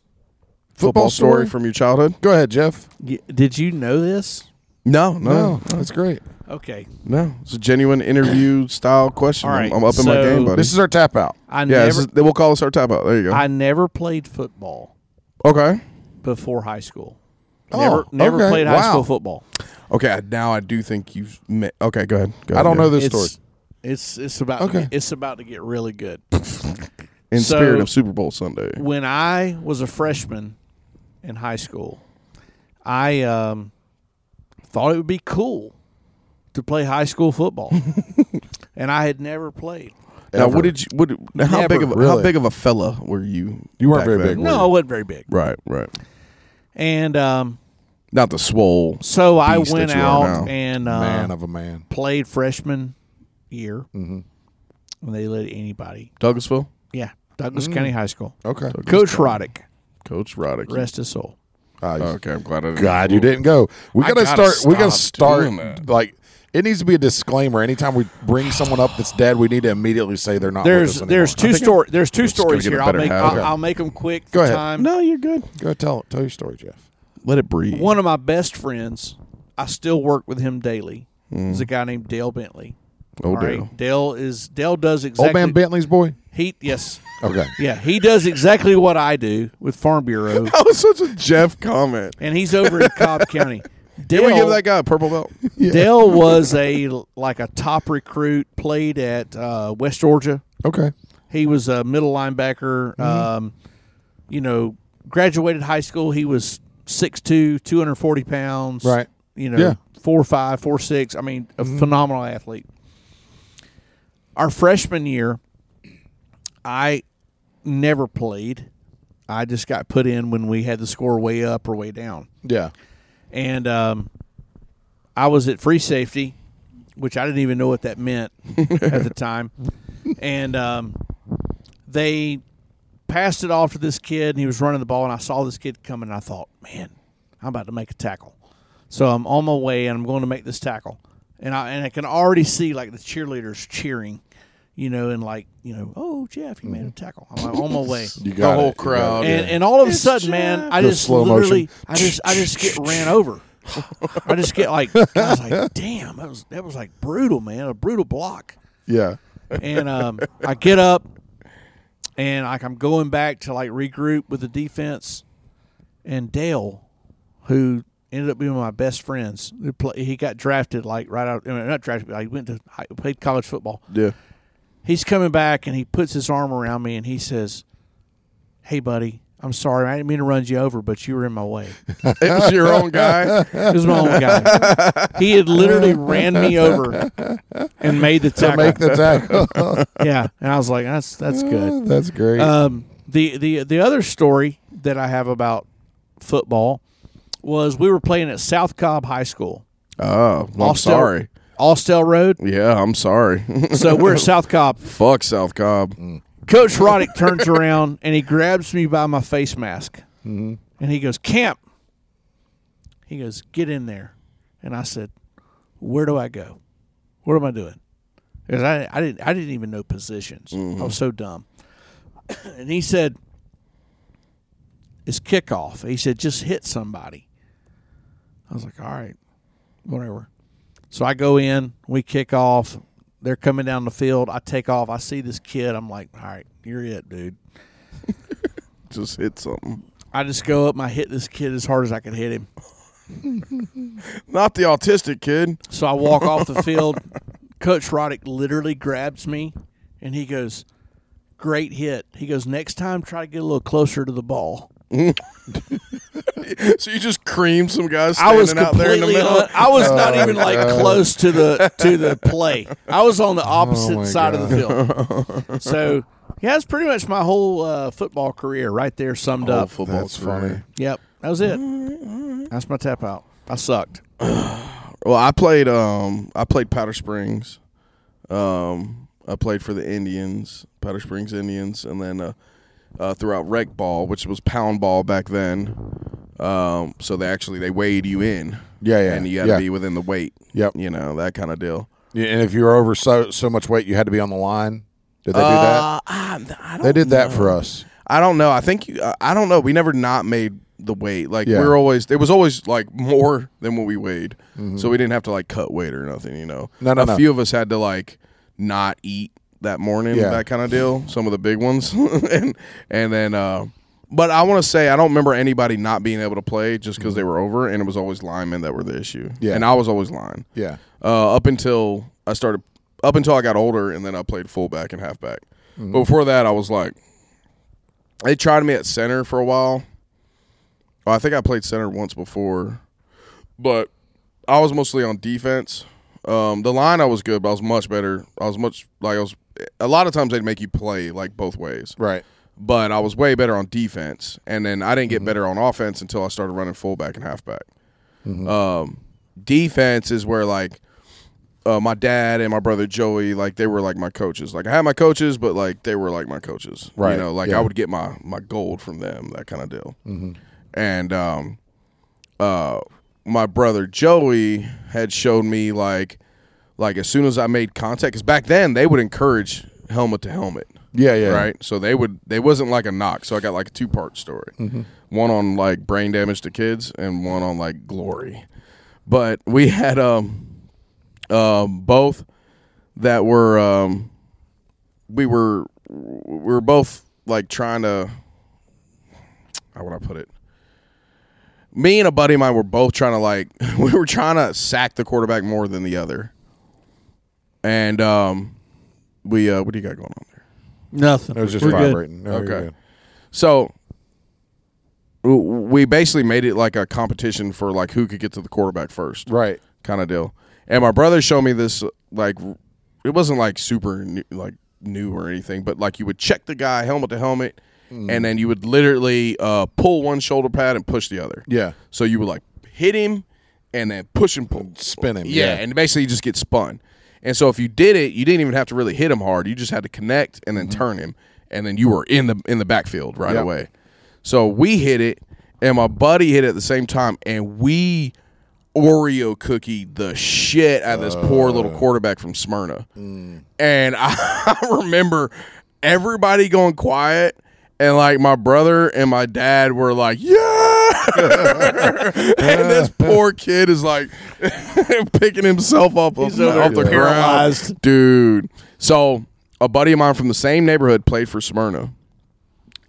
S2: football, story from your childhood?
S1: Go ahead, Jeff.
S3: Y- Did you know this?
S2: No,
S1: No,
S2: no,
S1: that's great.
S3: Okay,
S2: no. It's a genuine interview style question.
S3: All
S2: I'm-
S3: right,
S2: I'm, up in my
S3: so-
S2: game, buddy.
S1: This is our tap out.
S3: I
S2: yeah, this
S3: never
S2: is, we'll call this our tap out. There you go.
S3: I never played football
S2: okay.
S3: before high school.
S1: Oh,
S3: never never
S1: okay.
S3: played high
S1: Wow.
S3: school football.
S2: Okay, I- now I do think you've met. Okay, go ahead. Go
S1: I don't
S2: ahead.
S1: know this story.
S3: it's, it's it's about to
S1: Okay.
S3: get- it's about to get really good.
S2: In
S3: So-
S2: spirit of Super Bowl Sunday.
S3: when I was a freshman in high school, I um, thought it would be cool to play high school football, and I had never played.
S2: Now,
S1: Ever.
S2: what did you? What? did- now, how
S3: Never,
S2: big of a, how
S1: really.
S2: big of a fella were you?
S1: You weren't
S2: back
S1: very
S2: then?
S1: big.
S3: No, I wasn't very big,
S2: Right, right.
S3: and um,
S2: Not the swole.
S3: so I
S2: Beast that
S3: went
S2: you are
S3: out
S2: now.
S3: and uh,
S1: man of a man.
S3: played freshman year
S2: Mm-hmm.
S3: when they let anybody.
S2: Douglasville,
S3: Yeah, Douglas
S2: Mm.
S3: County High School.
S2: Oh,
S1: Okay.
S3: Coach Roddick,
S2: Coach Roddick. you-
S3: rest his soul.
S1: Uh,
S2: Okay, I'm glad I didn't.
S1: God, you didn't go. We
S2: Oh, I
S1: gotta,
S2: gotta
S1: start. We gotta
S2: stop doing
S1: start.
S2: that.
S1: Like it needs to be a disclaimer. Anytime we bring someone up that's dead, we need to immediately say they're not.
S3: There's
S1: with us
S3: there's
S1: anymore.
S3: two story there's two
S2: gonna
S3: stories
S2: get a
S3: here. I'll
S2: better
S3: make
S2: habit.
S3: I'll, I'll make them quick.
S1: Go
S3: for
S1: ahead.
S3: Time.
S2: No, you're good.
S1: Go tell tell your story, Jeff.
S2: Let it breathe.
S3: One of my best friends, I still work with him daily. Is a guy named Dale Bentley.
S2: Mm. Oh,
S3: All right,
S2: Dale.
S3: Dale is Dale does exactly.
S1: Old man Bentley's boy.
S3: He yes,
S1: Okay.
S3: yeah, he does exactly what I do with Farm Bureau,
S2: That was such a Jeff comment.
S3: and he's over in Cobb County. Dale,
S2: Can we give that guy a purple belt?
S3: Dale was a like a top recruit. Played at uh, West Georgia.
S1: Okay.
S3: He was a middle
S1: Mm-hmm.
S3: linebacker. Um, you know, graduated high school. He was 6'2", 240 pounds.
S1: Right.
S3: You know,
S1: Yeah. Mm-hmm.
S3: four five, four six. I mean, a phenomenal athlete. Our freshman year, I never played. I just got put in when we had the score way up or way down
S1: Yeah.
S3: and um, I was at free safety, which I didn't even know what that meant at the time. And um, they passed it off to this kid, and he was running the ball, and I saw this kid coming, and I thought, man, I'm about to make a tackle. So I'm on my way, and I'm going to make this tackle, and I and I can already see like the cheerleaders cheering. You know, and like, you know, oh Jeff, you made a tackle. I'm like, on my way.
S1: You
S2: The
S1: got
S2: whole
S1: it. You got
S2: crowd.
S1: it.
S3: And, and all of a sudden, man, I
S1: Oh, The
S3: just
S1: slow motion.
S3: literally, I just, I just get ran over. I just get like, I was like, damn, that was that was like brutal, man, a brutal block.
S1: Yeah.
S3: And um, I get up, and like I'm going back to like regroup with the defense, and Dale, who ended up being one of my best friends, who play, he got drafted like right out, I mean, not drafted, but like went to high- played college football
S2: Yeah.
S3: he's coming back and he puts his arm around me and he says, "Hey, buddy, I'm sorry. I didn't mean to run you over, but you were in my way.
S2: It was your own guy.
S3: It was my own guy. He had literally ran me over and made the tackle.
S1: Make the tackle.
S3: yeah, and I was like, that's that's good.
S1: oh, That's great.
S3: Um, the the the other story that I have about football was we were playing at South Cobb High School.
S2: Oh, well, I'm
S3: Austell-
S2: sorry.
S3: Austell Road.
S2: Yeah, I'm sorry.
S3: So we're at South Cobb.
S2: Fuck South Cobb.
S1: Mm.
S3: Coach Roddick turns around and he grabs me by my face mask. And he goes, Camp. He goes, Get in there. And I said, Where do I go? What am I doing? Because I, I, didn't, I didn't even know positions. I was so dumb. and he said, It's kickoff. He said, Just hit somebody. I was like, All right, whatever. So I go in, we kick off. They're coming down the field. I take off. I see this kid. I'm like, all right, you're it, dude.
S2: Just hit something.
S3: I just go up and I hit this kid as hard as I could hit him.
S2: Not the autistic kid.
S3: So I walk off the field. Coach Roddick literally grabs me and he goes, great hit. He goes, next time try to get a little closer to the ball.
S2: so you just cream some guys
S3: I
S2: standing
S3: was
S2: out there in the
S3: completely.
S2: middle.
S3: on- I was not even like close to the to the play. I was on the opposite
S1: my
S3: side of the field. So yeah, that's pretty much my whole uh, football career right there summed up.
S2: football
S1: That's funny.
S3: Yep, that was it.
S2: Mm-hmm.
S3: That's my tap out. I sucked.
S2: Well, I played um I played Powder Springs. Um I played for the Indians, Powder Springs Indians, and then uh, uh throughout rec ball, which was pound ball back then. Um so they actually they weighed you in.
S1: Yeah, yeah,
S2: And you got to
S1: yeah.
S2: be within the weight.
S1: Yep.
S2: You know, that kind of deal.
S1: Yeah, and if you were over so so much weight, you had to be on the line. Did they do that?
S2: Uh, I'm- I don't
S1: They did that for us.
S2: I don't know. I think you, uh, I- I don't know. We never not made the weight. Like
S1: Yeah.
S2: we were always. It was always like more than what we weighed, so we didn't have to like cut weight or nothing. You know,
S1: Mm-hmm. No, no,
S2: A
S1: no.
S2: few of us had to like not eat that morning.
S1: Yeah.
S2: That kind of deal. Some of the big ones, and and then. uh but I want to say I don't remember anybody not being able to play just because they were over, and it was always linemen that were the issue.
S1: Mm-hmm. Yeah.
S2: and I was always line
S1: Yeah.
S2: uh, up until I started up until I got older, and then I played fullback and halfback. But before that, I was like, they tried me at center for a while. Well, I think I played center once before, but I was mostly on defense. Um, the line I was good, but I was much better. I was much like I was. A lot of times they'd make you play like both ways
S1: Right.
S2: but I was way better on defense. And then I didn't
S1: Mm-hmm.
S2: get better on offense until I started running fullback and halfback.
S1: Mm-hmm.
S2: Um, defense is where like uh, my dad and my brother Joey, like they were like my coaches. Like I had my coaches, but like they were like my coaches.
S1: Right,
S2: You know, like
S1: yeah. Mm-hmm.
S2: I would get my my gold from them, that kind of deal. And um, uh, my brother Joey had showed me like like as soon as I made contact, because back then they would encourage helmet to helmet
S1: Yeah. Yeah.
S2: right? So they would they wasn't like a knock. So I got like a two part story,
S1: Mm-hmm.
S2: one on like brain damage to kids and one on like glory. But we had um um both that were um we were we were both like trying to how would I put it. Me and a buddy of mine were both trying to like we were trying to sack the quarterback more than the other, and um, we uh, what do you got going on there?
S3: Nothing.
S1: It was just
S3: We're good.
S1: vibrating. No, you're
S2: Okay.
S1: good.
S2: So w- we basically made it like a competition for like who could get to the quarterback first,
S1: Right.
S2: kind of deal. And my brother showed me this like it wasn't like super new, like new or anything, but like you would check the guy helmet to helmet,
S1: Mm.
S2: and then you would literally uh, pull one shoulder pad and push the other.
S1: Yeah.
S2: So you would like hit him and then push and pull,
S1: Spin him,
S2: Yeah,
S1: yeah.
S2: and basically you just get spun. And so if you did it, you didn't even have to really hit him hard. You just had to connect and
S1: Mm-hmm.
S2: then turn him, and then you were in the in the backfield right
S1: Yep.
S2: away. So we hit it, and my buddy hit it at the same time, and we Oreo cookie the shit out of this poor little
S1: Uh.
S2: quarterback from Smyrna. And I, remember everybody going quiet. And like my brother and my dad were like, yeah, and this poor kid is like picking himself up off,
S3: over
S2: off the
S3: there paralyzed.
S2: ground, dude. So a buddy of mine from the same neighborhood played for Smyrna,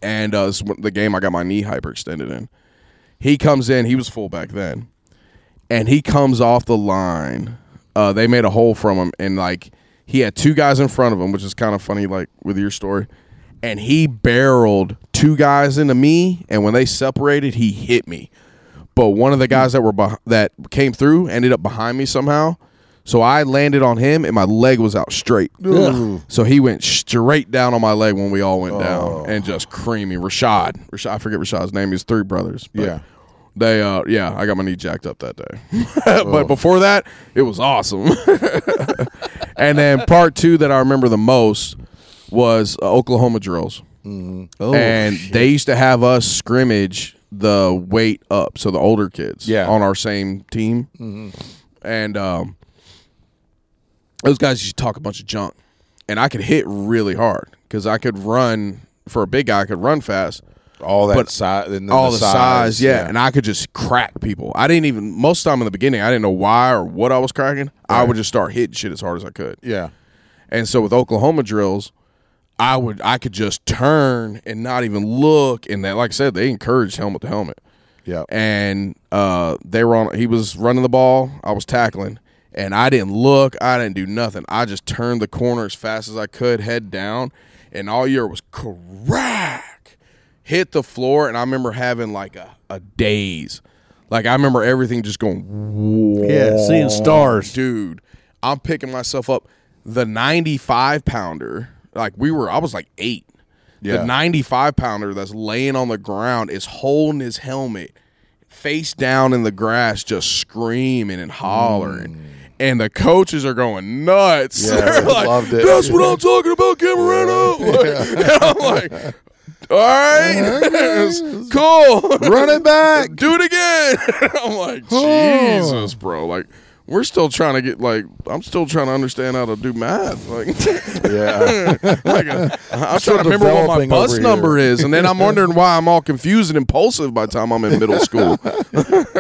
S2: and uh, this is the game I got my knee hyperextended in. He comes in. He was full back then and he comes off the line. Uh, they made a hole from him, and like he had two guys in front of him, which is kind of funny, like with your story. And he barreled two guys into me, and when they separated, he hit me. But one of the guys that were beh- that came through ended up behind me somehow, so I landed on him, and my leg was out straight.
S1: Ooh.
S2: So he went straight down on my leg when we all went down, and just creamy. Rashad, Rashad, I forget Rashad's name. He's three brothers. but
S1: Yeah.
S2: they uh yeah, I got my knee jacked up that day. but before that, it was awesome. and then part 2 that I remember the most was uh, Oklahoma drills.
S3: Oh,
S2: and they used to have us scrimmage the weight up, so the older kids
S1: Yeah.
S2: on our same team. And um those guys used to talk a bunch of junk. And I could hit really hard cuz I could run for a big guy, I could run fast
S1: All that
S2: But
S1: size. And then
S2: all the,
S1: size.
S2: size, yeah. And I could just crack people. I didn't even most of the time in the beginning, I didn't know why or what I was cracking. I would just start hitting shit as hard as I could.
S1: yeah.
S2: And so with Oklahoma drills, I would I could just turn and not even look. And that, like I said, they encouraged helmet to helmet.
S1: Yeah.
S2: And uh, they were on. He was running the ball. I was tackling, and I didn't look. I didn't do nothing. I just turned the corner as fast as I could, head down, and all year was crack. hit the floor, and I remember having like a, a daze. Like I remember everything just going.
S3: Yeah, seeing stars.
S2: dude. I'm picking myself up. The 95 pounder, like we were, I was like eight.
S1: Yeah.
S2: The 95 pounder that's laying on the ground is holding his helmet face down in the grass, just screaming and hollering. And the coaches are going nuts.
S1: Mm. Yeah,
S2: They're
S1: they loved it.
S2: That's what I'm talking about, Camarano. Like, and I'm like, all right, cool.
S1: Run it back.
S2: Do it again. I'm like, Jesus, bro. Like, we're still trying to get like I'm still trying to understand how to do math. Like,
S1: Yeah.
S2: like a, I'm
S1: Still
S2: trying to remember what my
S1: developing
S2: bus
S1: over
S2: number is, and then I'm wondering why I'm all confused and impulsive by the time I'm in middle school.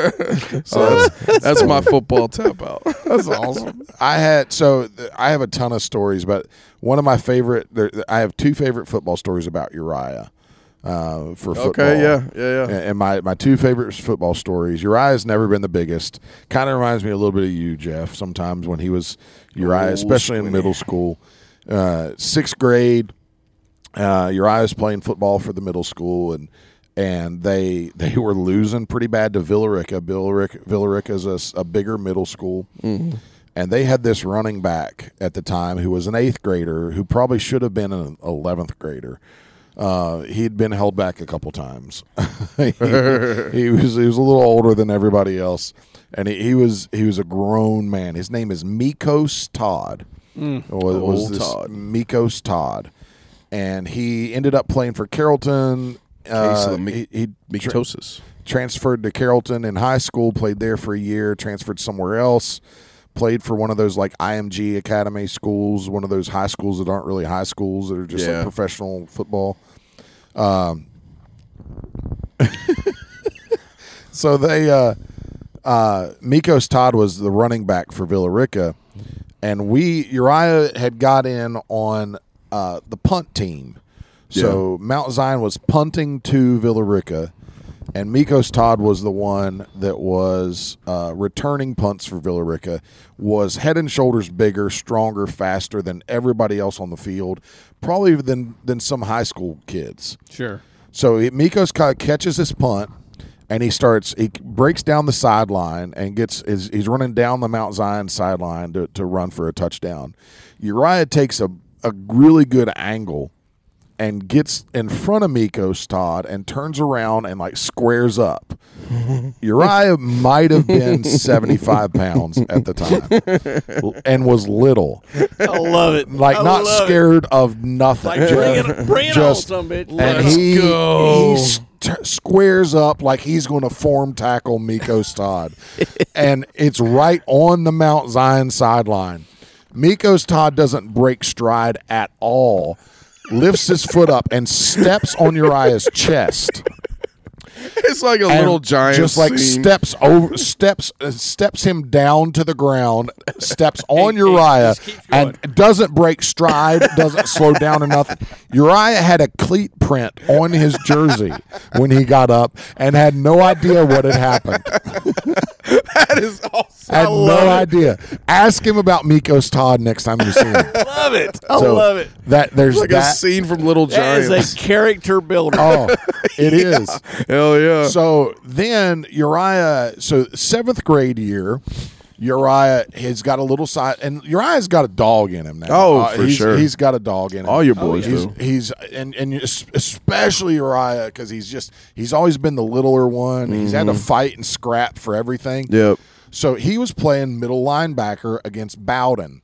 S2: so that's, that's my football tap out.
S1: That's awesome. I had so th- I have a ton of stories, but one of my favorite. There, I have two favorite football stories about Uriah uh, for football.
S2: Okay, yeah, yeah, yeah.
S1: And and my, my two favorite football stories. Uriah's never been the biggest. Kind of reminds me a little bit of you, Jeff. Sometimes when he was Uriah, especially in middle school, uh, sixth grade, uh, Uriah's playing football for the middle school, and and they they were losing pretty bad to Villarica. Villarica, Villarica is a, s- a bigger middle school, and they had this running back at the time who was an eighth grader who probably should have been an eleventh grader. Uh, he'd been held back a couple times. he, he was he was a little older than everybody else, and he, he was he was a grown man. His name is Mikos Todd. Was, was
S2: Mm. Old
S1: this
S2: Todd.
S1: Mikos Todd, and he ended up playing for Carrollton.
S2: Case of
S1: Uh,
S2: the Mi-
S1: he, he
S2: Mitosis.
S1: transferred to Carrollton in high school, played there for a year, transferred somewhere else, played for one of those like IMG Academy schools, one of those high schools that aren't really high schools that are just
S2: Yeah.
S1: like professional football. Um, so they, uh, uh, Mikos Todd was the running back for Villarica, and we Uriah had got in on uh, the punt team. So Mount Zion was punting to Villarica, and Mikos Todd was the one that was uh, returning punts for Villarica. Was head and shoulders bigger, stronger, faster than everybody else on the field, probably than than some high school kids.
S3: Sure.
S1: So it, Mikos ca- catches his punt, and he starts. He breaks down the sideline and gets. Is, he's running down the Mount Zion sideline to, to run for a touchdown. Uriah takes a a really good angle and gets in front of Mikos Todd and turns around and like squares up. Uriah might have been 75 pounds at the time and was little.
S3: I love it.
S1: Like,
S3: I
S1: not
S3: love it.
S1: scared of nothing.
S3: Like bring it, bring it
S1: Just-
S3: on, some bitch.
S1: and
S2: Let's
S1: he,
S2: go.
S1: he st- squares up like he's going to form tackle Mikos Todd. and it's right on the Mount Zion sideline. Mikos Todd doesn't break stride at all, lifts his foot up and steps on Uriah's chest.
S2: It's like a
S1: and
S2: little giant.
S1: just like
S2: scene.
S1: steps over steps uh, steps him down to the ground steps on uriah and doesn't break stride doesn't slow down or nothing uriah had a cleat print on his jersey when he got up and had no idea what had happened
S2: That is awesome.
S1: had no idea ask him about mikos todd next time you see him
S3: I love it. I
S1: So,
S3: love it.
S1: that there's
S2: Like a
S1: that
S2: scene from Little
S3: That is
S2: Giants.
S3: a character builder.
S1: oh it is.
S2: Hell yeah.
S1: So then Uriah, so seventh grade year, Uriah has got a little side, and Uriah's got a dog in him now. Uh,
S2: Oh, for
S1: he's-
S2: sure.
S1: he's got a dog in him.
S2: All your boys
S1: he's,
S2: do.
S1: He's and and es- especially Uriah because he's just he's always been the littler one. He's had
S2: Mm-hmm.
S1: to fight and scrap for everything.
S2: Yep.
S1: So he was playing middle linebacker against Bowden.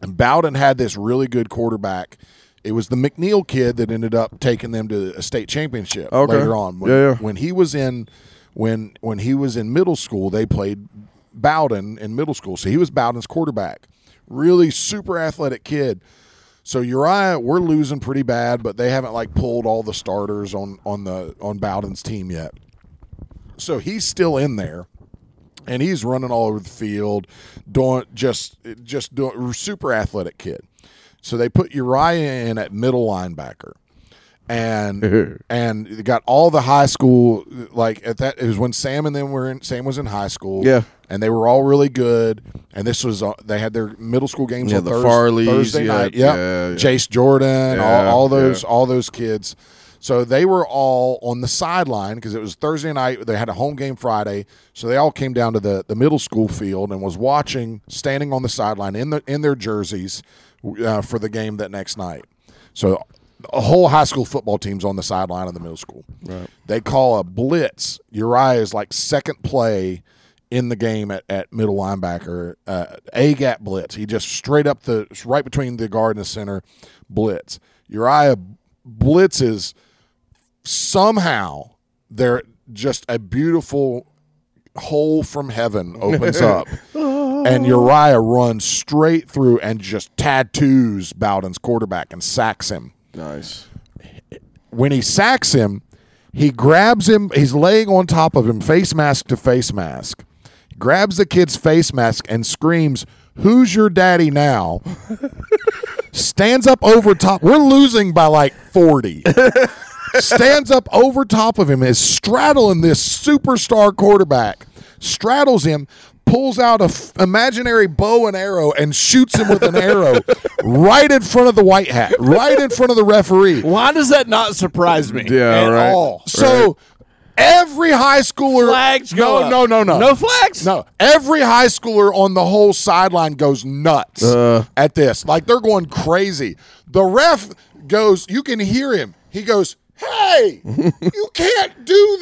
S1: And Bowden had this really good quarterback. It was the McNeil kid that ended up taking them to a state championship
S2: Okay.
S1: later on. When,
S2: Yeah, yeah.
S1: when he was in when when he was in middle school, they played Bowden in middle school. So he was Bowden's quarterback. Really super athletic kid. So Uriah, we're losing pretty bad, but they haven't like pulled all the starters on on the on Bowden's team yet. So he's still in there and he's running all over the field, doing just just doing super athletic kid. So they put Uriah in at middle linebacker, and and they got all the high school like at that it was when Sam and them were in Sam was in high school,
S2: Yeah.
S1: and they were all really good. And this was uh, they had their middle school games
S2: Yeah,
S1: on
S2: the
S1: Thurs-
S2: Farleys,
S1: Thursday
S2: yeah,
S1: night. Yep.
S2: yeah, yeah.
S1: Jace Jordan,
S2: Yeah,
S1: all, all
S2: yeah.
S1: those all those kids. So they were all on the sideline because it was Thursday night. They had a home game Friday, so they all came down to the, the middle school field and was watching, standing on the sideline in the in their jerseys uh, for the game that next night. So a whole high school football team's on the sideline of the middle school. Right. They call a blitz. Uriah's like second play in the game at, at middle linebacker, uh, a gap blitz. He just straight up the right between the guard and the center blitz. Uriah blitzes somehow. There just a beautiful hole from heaven opens up. And Uriah runs straight through and just tattoos Bowden's quarterback and sacks him
S2: Nice.
S1: when he sacks him, he grabs him. He's laying on top of him, face mask to face mask. Grabs the kid's face mask and screams, "Who's your daddy now?" Stands up over top. We're losing by like forty. Stands up over top of him, is straddling this superstar quarterback. Straddles him, pulls out a f- imaginary bow and arrow, and shoots him with an arrow right in front of the white hat, right in front of the referee.
S3: Why does that not surprise me
S2: Yeah,
S3: at
S2: right.
S3: all?
S1: So every high schooler
S3: Flags go
S1: no,
S3: up.
S1: no, no, no,
S3: No flags?
S1: No, every high schooler on the whole sideline goes nuts
S3: Uh.
S1: at this. Like they're going crazy. The ref goes. You can hear him. He goes, "Hey, you can't do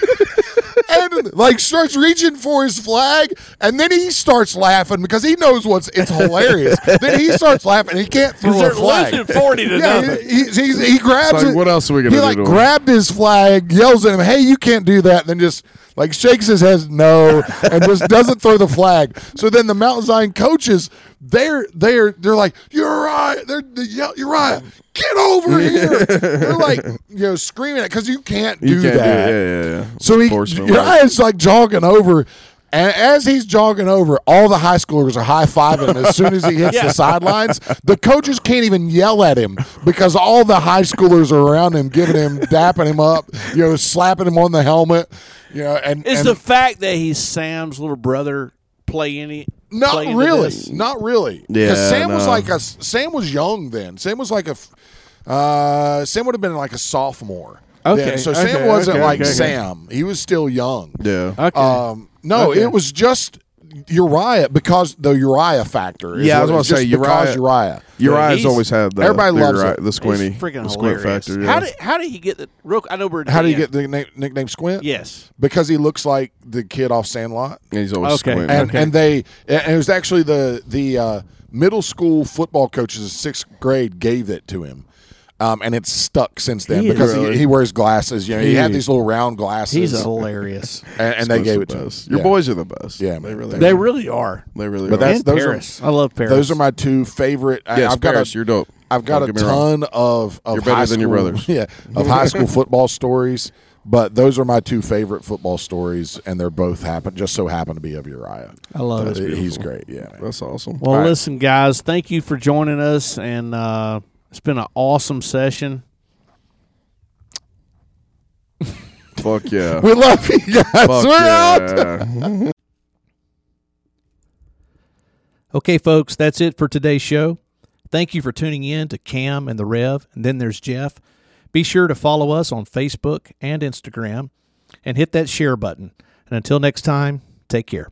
S1: that." and like starts reaching for his flag, and then he starts laughing because he knows what's it's hilarious. then he starts laughing. He can't throw a
S3: They're
S1: flag.
S3: losing forty to
S1: Yeah,
S3: nothing.
S1: he, he, he's- he grabs
S2: It's like,
S1: it.
S2: what else are we gonna
S1: He
S2: do
S1: like
S2: to him?
S1: grabbed his flag, yells at him, "Hey, you can't do that!" And then just like shakes his head no, and just doesn't throw the flag. So then the Mount Zion coaches, they're they're they're like, "You're right," they're, they yell, "You're right." Get over here! They're like, you know, screaming at because you can't do
S2: You can't
S1: that.
S2: do it. Yeah, yeah, yeah.
S1: So he,
S2: Enforcement, right.
S1: Uriah's like jogging over, and as he's jogging over, all the high schoolers are high fiving as soon as he hits the sidelines. The coaches can't even yell at him because all the high schoolers are around him, giving him, dapping him up, you know, slapping him on the helmet, you know, and,
S3: Is
S1: and
S3: the fact that he's Sam's little brother play any?
S1: not
S3: play into
S1: really,
S3: this?
S1: not really,
S2: Yeah,
S1: Sam was
S2: no.
S1: like a Sam was young then. Sam was like a f- uh, Sam would have been like a sophomore. then.
S3: Okay,
S1: so Sam
S2: okay,
S1: wasn't
S2: okay,
S1: like
S2: okay, okay.
S1: Sam. He was still young.
S2: Yeah.
S3: Okay.
S1: Um, no,
S2: Okay.
S1: it was just Uriah because the Uriah factor. Is
S2: Yeah, I
S1: what
S2: was
S1: it's
S2: gonna say
S1: just because
S2: Uriah-
S1: Uriah.
S2: Uriah's
S3: he's-
S2: always had the
S1: everybody
S2: the,
S1: loves
S2: Uriah-
S1: it.
S2: the squinty,
S3: He's freaking
S2: the squint
S3: hilarious.
S2: factor. Yeah.
S3: How did how did he get the real? I know we're at
S1: How
S3: the
S1: do you get
S3: end.
S1: the na- nickname Squint?
S3: Yes.
S1: because he looks like the kid off Sandlot,
S2: And he's always
S3: Okay.
S2: squinting.
S1: and and they and it was actually the the uh, middle school football coaches in sixth grade gave it to him. Um, and it's stuck since then
S3: He is-
S1: because
S2: Really?
S1: he, he wears glasses. You know, he had
S3: He-
S1: these little round glasses,
S3: He's hilarious.
S1: and, and they
S2: Squint's
S1: gave
S2: the
S1: it to us.
S2: best. Your boys are the best.
S1: Yeah,
S2: they
S1: man.
S2: really,
S3: they really are.
S2: they really.
S1: But
S2: are.
S1: that's-
S3: And
S1: those are-
S3: Paris. I love Paris.
S1: Those are my two favorite. I-
S2: yes,
S1: I've got
S2: Paris,
S1: a,
S2: you're dope.
S1: I've got
S2: Don't
S1: a
S2: get me wrong.
S1: ton of of
S2: You're better
S1: high
S2: than your
S1: school-
S2: brothers.
S1: Yeah, of high school football stories, but those are my two favorite football stories, and they're both happen just so happen to be of Uriah.
S4: I
S3: Oh,
S4: love it.
S1: Uh, He's great. Yeah, man.
S2: That's awesome.
S4: Well, listen, guys, thank you for joining us, and uh, it's been an awesome session.
S2: fuck yeah.
S1: we love you guys.
S2: Fuck
S1: We're out.
S2: yeah.
S4: Okay, folks, that's it for today's show. Thank you for tuning in to Cam and the Rev, and then there's Jeff. Be sure to follow us on Facebook and Instagram and hit that share button. And until next time, take care.